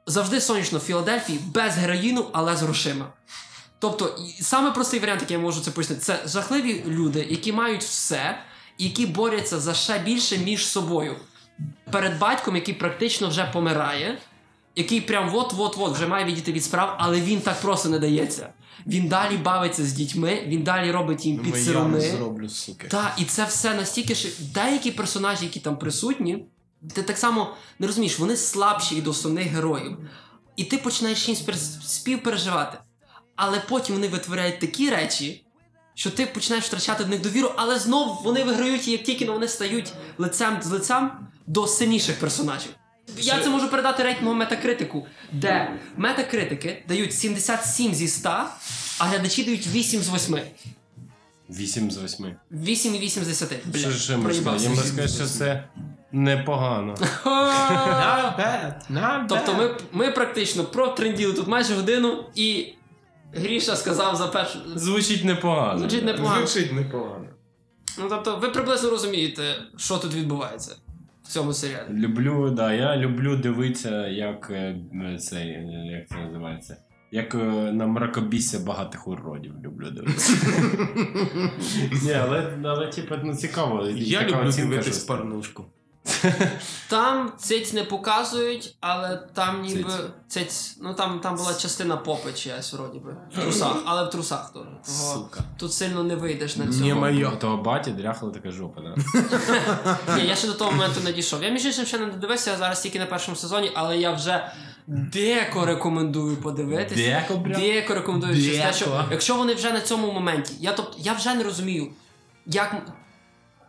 B: завжди сонячно в Філадельфії, без героїну, але з грошима. Тобто, і саме простий варіант, який я можу це пояснити, це жахливі люди, які мають все, які борються за ще більше між собою. Перед батьком, який практично вже помирає, який прям от-от-от вже має відійти від справ, але він так просто не дається. Він далі бавиться з дітьми, він далі робить їм
D: Думаю, Ну, я не
B: підсирони.
D: зроблю, суки.
B: Та, і це все настільки ж деякі персонажі, які там присутні, ти так само не розумієш, вони слабші від основних героїв. і ти починаєш їм спер- співпереживати. Але потім вони витворяють такі речі, що ти починаєш втрачати до них довіру, але знов вони виграють, як тільки ну, вони стають лицем з лицем до сильніших персонажів. Я це можу передати рейтингу метакритику, де метакритики дають 77 зі 100, а глядачі дають 8 з 8.
C: 8 з 8.
B: 8,8 з 10. Бля,
C: Що ще можна сказати?
B: проїбався.
C: Я можу сказати, що це непогано.
B: Ха! Тобто ми, ми практично протренділи тут майже годину і Гріша сказав за першу.
C: Звучить непогано.
B: Звучить непогано.
D: Ну, Звучить непогано.
B: Ну тобто, ви приблизно розумієте, що тут відбувається в цьому серіалі.
C: Люблю, да, я люблю дивитися, як е, цей, е, як це називається. Як е, на мракобісся багатих уродів люблю дивитися. Ні, але, але типу, ну цікаво.
D: Я
C: така
D: люблю
C: оцінка,
D: дивитись
C: що-
D: порнушку.
B: Там цець не показують, але там ніби
C: Цець.
B: цець. Ну там, там була частина попи чиясь, вроді би. В трусах, але в трусах то. Того-
D: Сука.
B: Тут сильно не вийдеш на
D: Не
B: цьому.
D: моє.
C: У того баті дряхла така жопа, да?
B: Ні, я ще до того моменту не дійшов. Я між іншим ще не додивився, я зараз тільки на першому сезоні, але я вже деко рекомендую подивитися.
C: Деко прям?
B: Деяко рекомендую
D: Деяко.
B: через те, що якщо вони вже на цьому моменті, я тобто я вже не розумію, як м-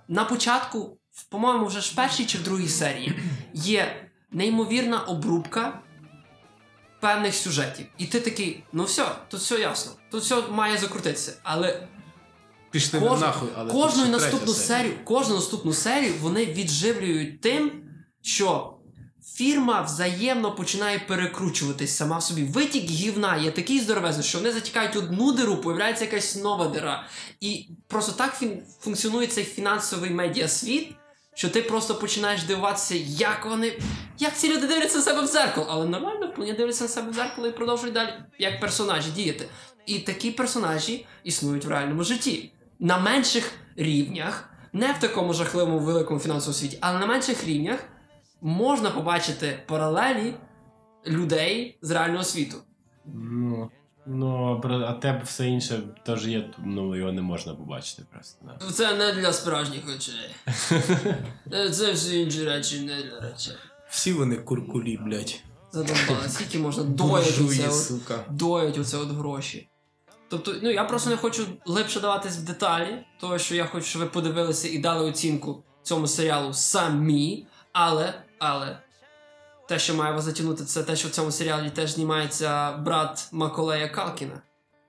B: на початку, в- по-моєму, вже ж в першій чи в другій серії є неймовірна обрубка певних сюжетів. І ти такий, ну все, тут все ясно, тут все має закрутитися. Але
D: Пішли ви
B: Кож...
D: нахуй, але тут
B: кожну
D: ще
B: наступну
D: третя серія.
B: серію, кожну наступну серію вони відживлюють тим, що фірма взаємно починає перекручуватись сама в собі. Витік гівна є такий здоровезний, що вони затікають одну диру, появляється якась нова дира. І просто так фін... функціонує цей фінансовий медіасвіт, що ти просто починаєш дивуватися, як вони. Як ці люди дивляться на себе в дзеркало, але нормально, вони дивляться на себе в дзеркало і продовжують далі, як персонажі діяти. І такі персонажі існують в реальному житті на менших рівнях, не в такому жахливому великому фінансовому світі, але на менших рівнях можна побачити паралелі людей з реального світу.
C: Ну, ну а про- а те все інше теж є, ну його не можна побачити просто. Да.
B: Це не для справжніх очей. Е, Це всі інші речі, не для речей.
D: Всі вони куркулі, блядь.
B: Задумали, скільки можна доїти оце
D: Божує,
B: от,
D: сука.
B: доїть оце от гроші. Тобто, ну я просто не хочу глибше даватись в деталі, того що я хочу, щоб ви подивилися і дали оцінку цьому серіалу самі. Але, але те, що має вас затягнути, це те, що в цьому серіалі теж знімається брат Маколея Калкіна,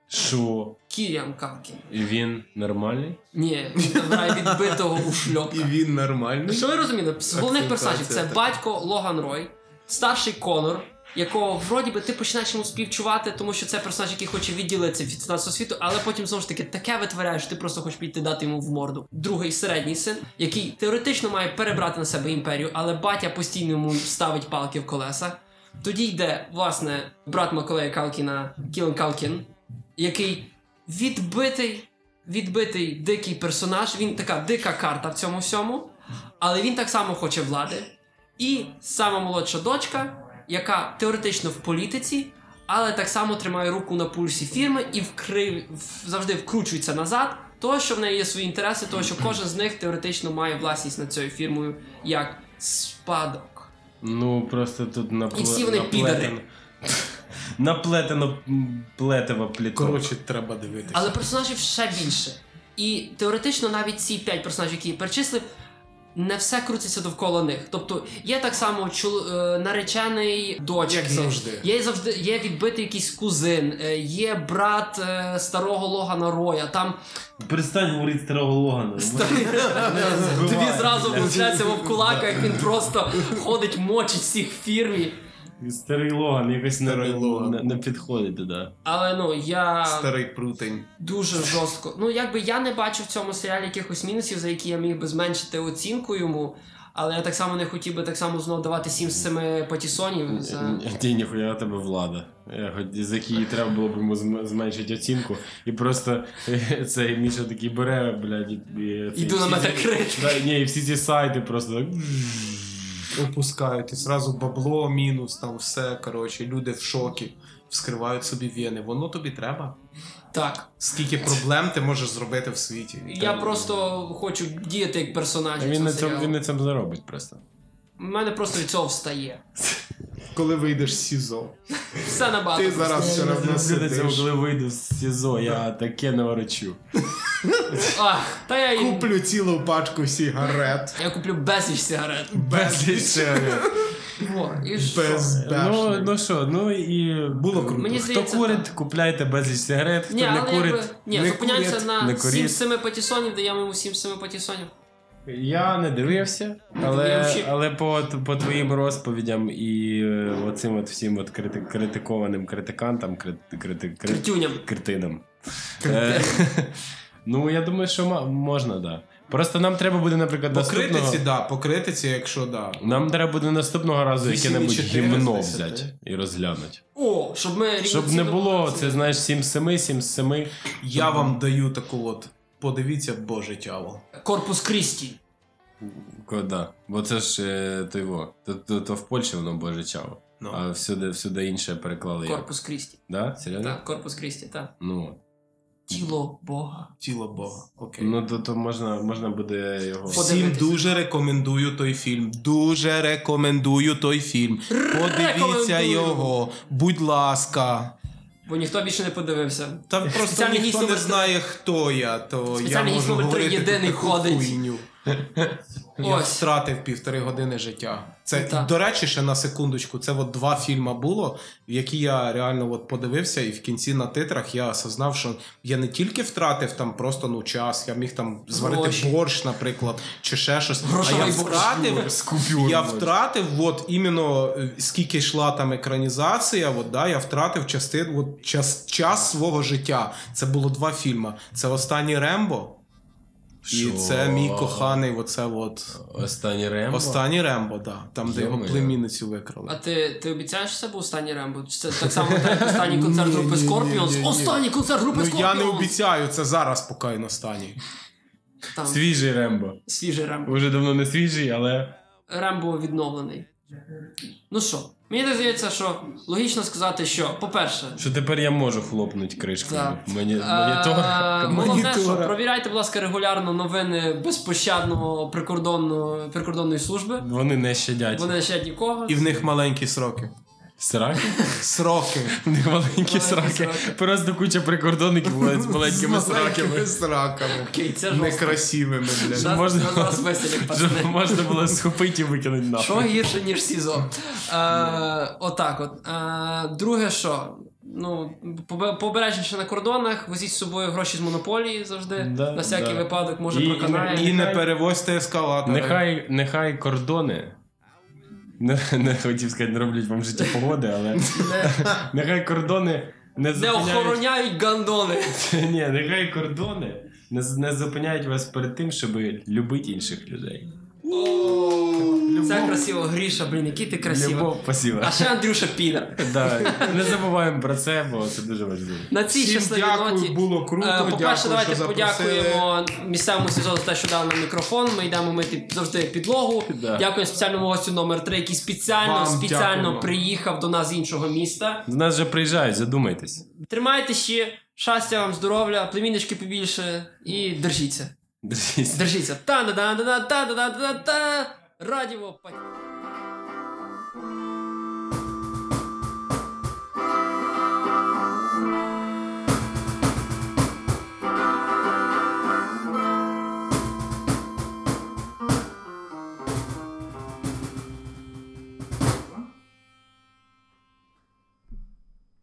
C: Що?
B: Кіріан Калкін.
C: І він нормальний?
B: Ні, він грає відбитого у
D: І
B: шльопка.
D: він нормальний.
B: Що ви розуміли? З головних персонажів це
D: Акцентуація така.
B: батько Логан Рой, старший Конор, якого вроді би ти починаєш йому співчувати, тому що це персонаж, який хоче відділитися від фінансового світу, але потім знову ж таки таке витворяєш, що ти просто хочеш піти дати йому в морду. Другий середній син, який теоретично має перебрати на себе імперію, але батя постійно йому ставить палки в колеса. Тоді йде, власне, брат Маколея Калкіна Кілен Калкін, який відбитий, відбитий дикий персонаж. Він така дика карта в цьому всьому. Але він так само хоче влади. І сама молодша дочка, яка теоретично в політиці, але так само тримає руку на пульсі фірми і вкри... в- завжди вкручується назад, того, що в неї є свої інтереси, того, що кожен з них теоретично має власність над цією фірмою як спадок.
C: Ну, просто тут напле...
B: І всі вони
C: наплетено. Наплетено м, плетево пліток.
D: Коротше, треба дивитися.
B: Але персонажів ще більше. І теоретично навіть ці п'ять персонажів, які я перечислив, не все крутиться довкола них. Тобто є так само чол... е, наречений дочки.
D: Як завжди.
B: Є завжди є відбитий якийсь кузин, е, є брат е, старого Логана Роя. Там
C: Перестань говорити старого Логана.
B: тобі зразу вмовляться в кулака, як він просто ходить, мочить всіх в фірмі.
C: Старий Логан якось не,
D: Старий Логан.
C: не, не підходить туди.
B: Але ну я
D: Старий прутень.
B: дуже жорстко. Ну якби я не бачив в цьому серіалі якихось мінусів, за які я міг би зменшити оцінку йому. Але я так само не хотів би так само знову давати 7 з 7 патісонів. За...
C: Ти ніхуя тебе влада. Я хоч- З якої треба було б йому зм- зменшити оцінку. І просто е, цей Міша такий бере, блядь, і, і,
B: Іду на
C: всі ці-
B: метакрит.
C: Да, Ні, і всі ці сайти просто так.
D: Опускають і зразу бабло, мінус, там все. Коротше, люди в шокі, вскривають собі вени. Воно тобі треба.
B: Так.
D: Скільки проблем ти можеш зробити в світі?
B: Я просто хочу діяти як персонаж.
C: Він
B: цього
C: на цьому
B: серіалу.
C: він на цьому заробить просто.
B: У мене просто від цього встає.
D: Коли вийдеш з СІЗО.
B: Все набагато.
D: Ти
B: простіше.
D: зараз все
C: Я
D: одно
C: люблю цього,
D: сидиш.
C: коли вийду з СІЗО, я таке наворочу.
B: Ах, та я і...
D: Куплю цілу пачку сігарет.
B: Я куплю безліч сигарет.
D: Без
B: Во, і що?
C: Ну,
D: Безбешний.
C: ну що, ну і було круто.
B: Мені
C: Хто
B: здається,
C: курить,
B: так.
C: купляйте безліч сигарет, хто
B: Ні,
C: не
B: але
C: курить.
B: якби... Ні,
C: не
B: зупиняємося
C: курить,
B: на
C: не курить.
B: 7-7 патісонів, даємо йому 7-7 патісонів.
C: Я не дивився,
B: Я
C: але,
B: взагалі-
C: але по, по твоїм розповідям і е, оцим от всім от крити, критикованим критикантам, крити, крити, крит-
B: Тютюням.
C: критинам. Е, Ну, я думаю, що ма- можна, так. Да. Просто нам треба буде, наприклад,
D: По
C: наступного...
D: критиці, да, по критиці, якщо да.
C: Нам треба буде наступного разу
D: Вісім і
C: яке-небудь
D: чотири
C: гімно
D: з десяти.
C: взяти і розглянути.
B: О, щоб ми рівні
C: Щоб не
B: ціни
C: було,
B: платили.
C: це знаєш 7 з 7, 7 з 7.
D: Я вам даю таку от. Подивіться, боже тяво.
B: Корпус Крісті.
C: Кода. Бо це ж е, то, його. То, то, то в Польщі воно боже чаво.
D: Ну.
C: А всюди, всюди інше переклали. як.
B: Корпус Крісті.
C: Да? Серйозно?
B: Так, корпус Крісті, так.
C: Ну,
B: Тіло Бога.
D: Тіло Бога. Окей.
C: ну то, то можна, можна буде його.
D: Всім
B: подивитися.
D: дуже рекомендую той фільм. Дуже рекомендую той фільм. Подивіться
B: Рекомендую.
D: його. Будь ласка.
B: Бо ніхто більше не подивився.
D: Та просто
B: Спеціальний гість
D: ніхто не
B: номер три.
D: знає, хто я, то я
B: Спеціальний гість
D: можу
B: номер три
D: говорити
B: єдиний
D: таку
B: ходить.
D: хуйню. Я
B: Ось. Ну,
D: втратив півтори години життя. Це
B: Так.
D: до речі, ще на секундочку. Це от два фільми було, які я реально от подивився, і в кінці на титрах я осознав, що я не тільки втратив там просто ну час, я міг там зварити
B: Гроші.
D: борщ, наприклад, чи ще щось. а я
B: Грошовий борщ.
D: втратив
C: З купюр.
D: я
C: може.
D: втратив, от іменно е, скільки йшла там екранізація, от, да, я втратив частин, от, час, час свого життя. Це було два фільми. Це останній Рембо.
C: Що?
D: І це мій коханий, оце от.
C: Останній рем.
D: Останній Рембо, да. Там, де його
C: Йо-моє.
D: племінницю
B: А
D: викрали.
B: ти, ти обіцяєш, що це був останній Рембо? Чи це так само як останній концерт групи
D: Ні-ні-ні-ні-ні.
B: Scorpions? Останній концерт групи
D: Ну
B: Scorpions!
D: я не обіцяю, це зараз поки на стані.
B: Там
C: Свіжий Рембо.
B: свіжий Рембо.
C: Уже давно не свіжий, але.
B: Рембо відновлений. Ну що, мені так здається, що логічно сказати, що, по-перше,
C: Що тепер я можу хлопнути кришкою.
B: Так.
C: Мені,
B: Е,
D: ну,
C: монітор.
B: Головне, що
D: Монітора.
B: провіряйте, будь ласка, регулярно новини безпощадного прикордонного прикордонної служби.
C: Вони не щадять.
B: Вони не ще нікого.
D: І в них маленькі сроки.
C: Сраки?
D: Сроки.
C: В них маленькі сраки.
B: сраки.
C: Просто куча прикордонників валить з маленькими сраками.
D: сраками.
B: Окей, це жорстко.
D: Некрасивими, блядь.
B: Нас-
C: можна-
B: нас зараз веселі,
C: Щоб
B: пацани.
C: можна було схопити і викинути
B: Що
C: нахуй.
B: гірше, ніж СІЗО. Е, отак от. Е, друге, що? Ну, побе- пообережніше на кордонах, возіть з собою гроші з монополії завжди.
C: Да,
B: на всякий
C: да.
B: випадок, може,
C: І- і-
B: проканає.
D: І не перевозьте ескалатори.
C: Нехай, нехай кордони. Не, не хотів сказати, не роблять вам життя погоди, але
B: Не,
C: нехай кордони не
B: не
C: зупиняють.
B: охороняють гандони.
C: Ні, нехай кордони не, з- не зупиняють вас перед тим, щоб любити інших людей.
B: Це красиво, Гріша, блін, який ти красивий.
C: Любов, спасибо.
B: А ще Андрюша Піна.
C: Да, не забуваємо про це, бо це дуже важливо.
B: На цій
D: Всім
B: щасливій
D: дякую,
B: ноті.
D: було круто.
B: Е, По-перше,
D: дякую,
B: давайте
D: що запросили.
B: подякуємо місцевому СІЗО за те, що дав нам мікрофон. Ми йдемо мити завжди підлогу.
C: Да.
B: Дякуємо спеціальному гостю номер 3 який спеціально
D: Вам
B: спеціально
D: дякуємо.
B: приїхав до нас з іншого міста.
C: До нас же приїжджають, задумайтесь.
B: Тримайте ще, щастя вам, здоров'я, племіннички побільше і держіться.
C: Держіться.
B: Держіться. Та-да-да-да-да-да-да-да-да. Радіво. па-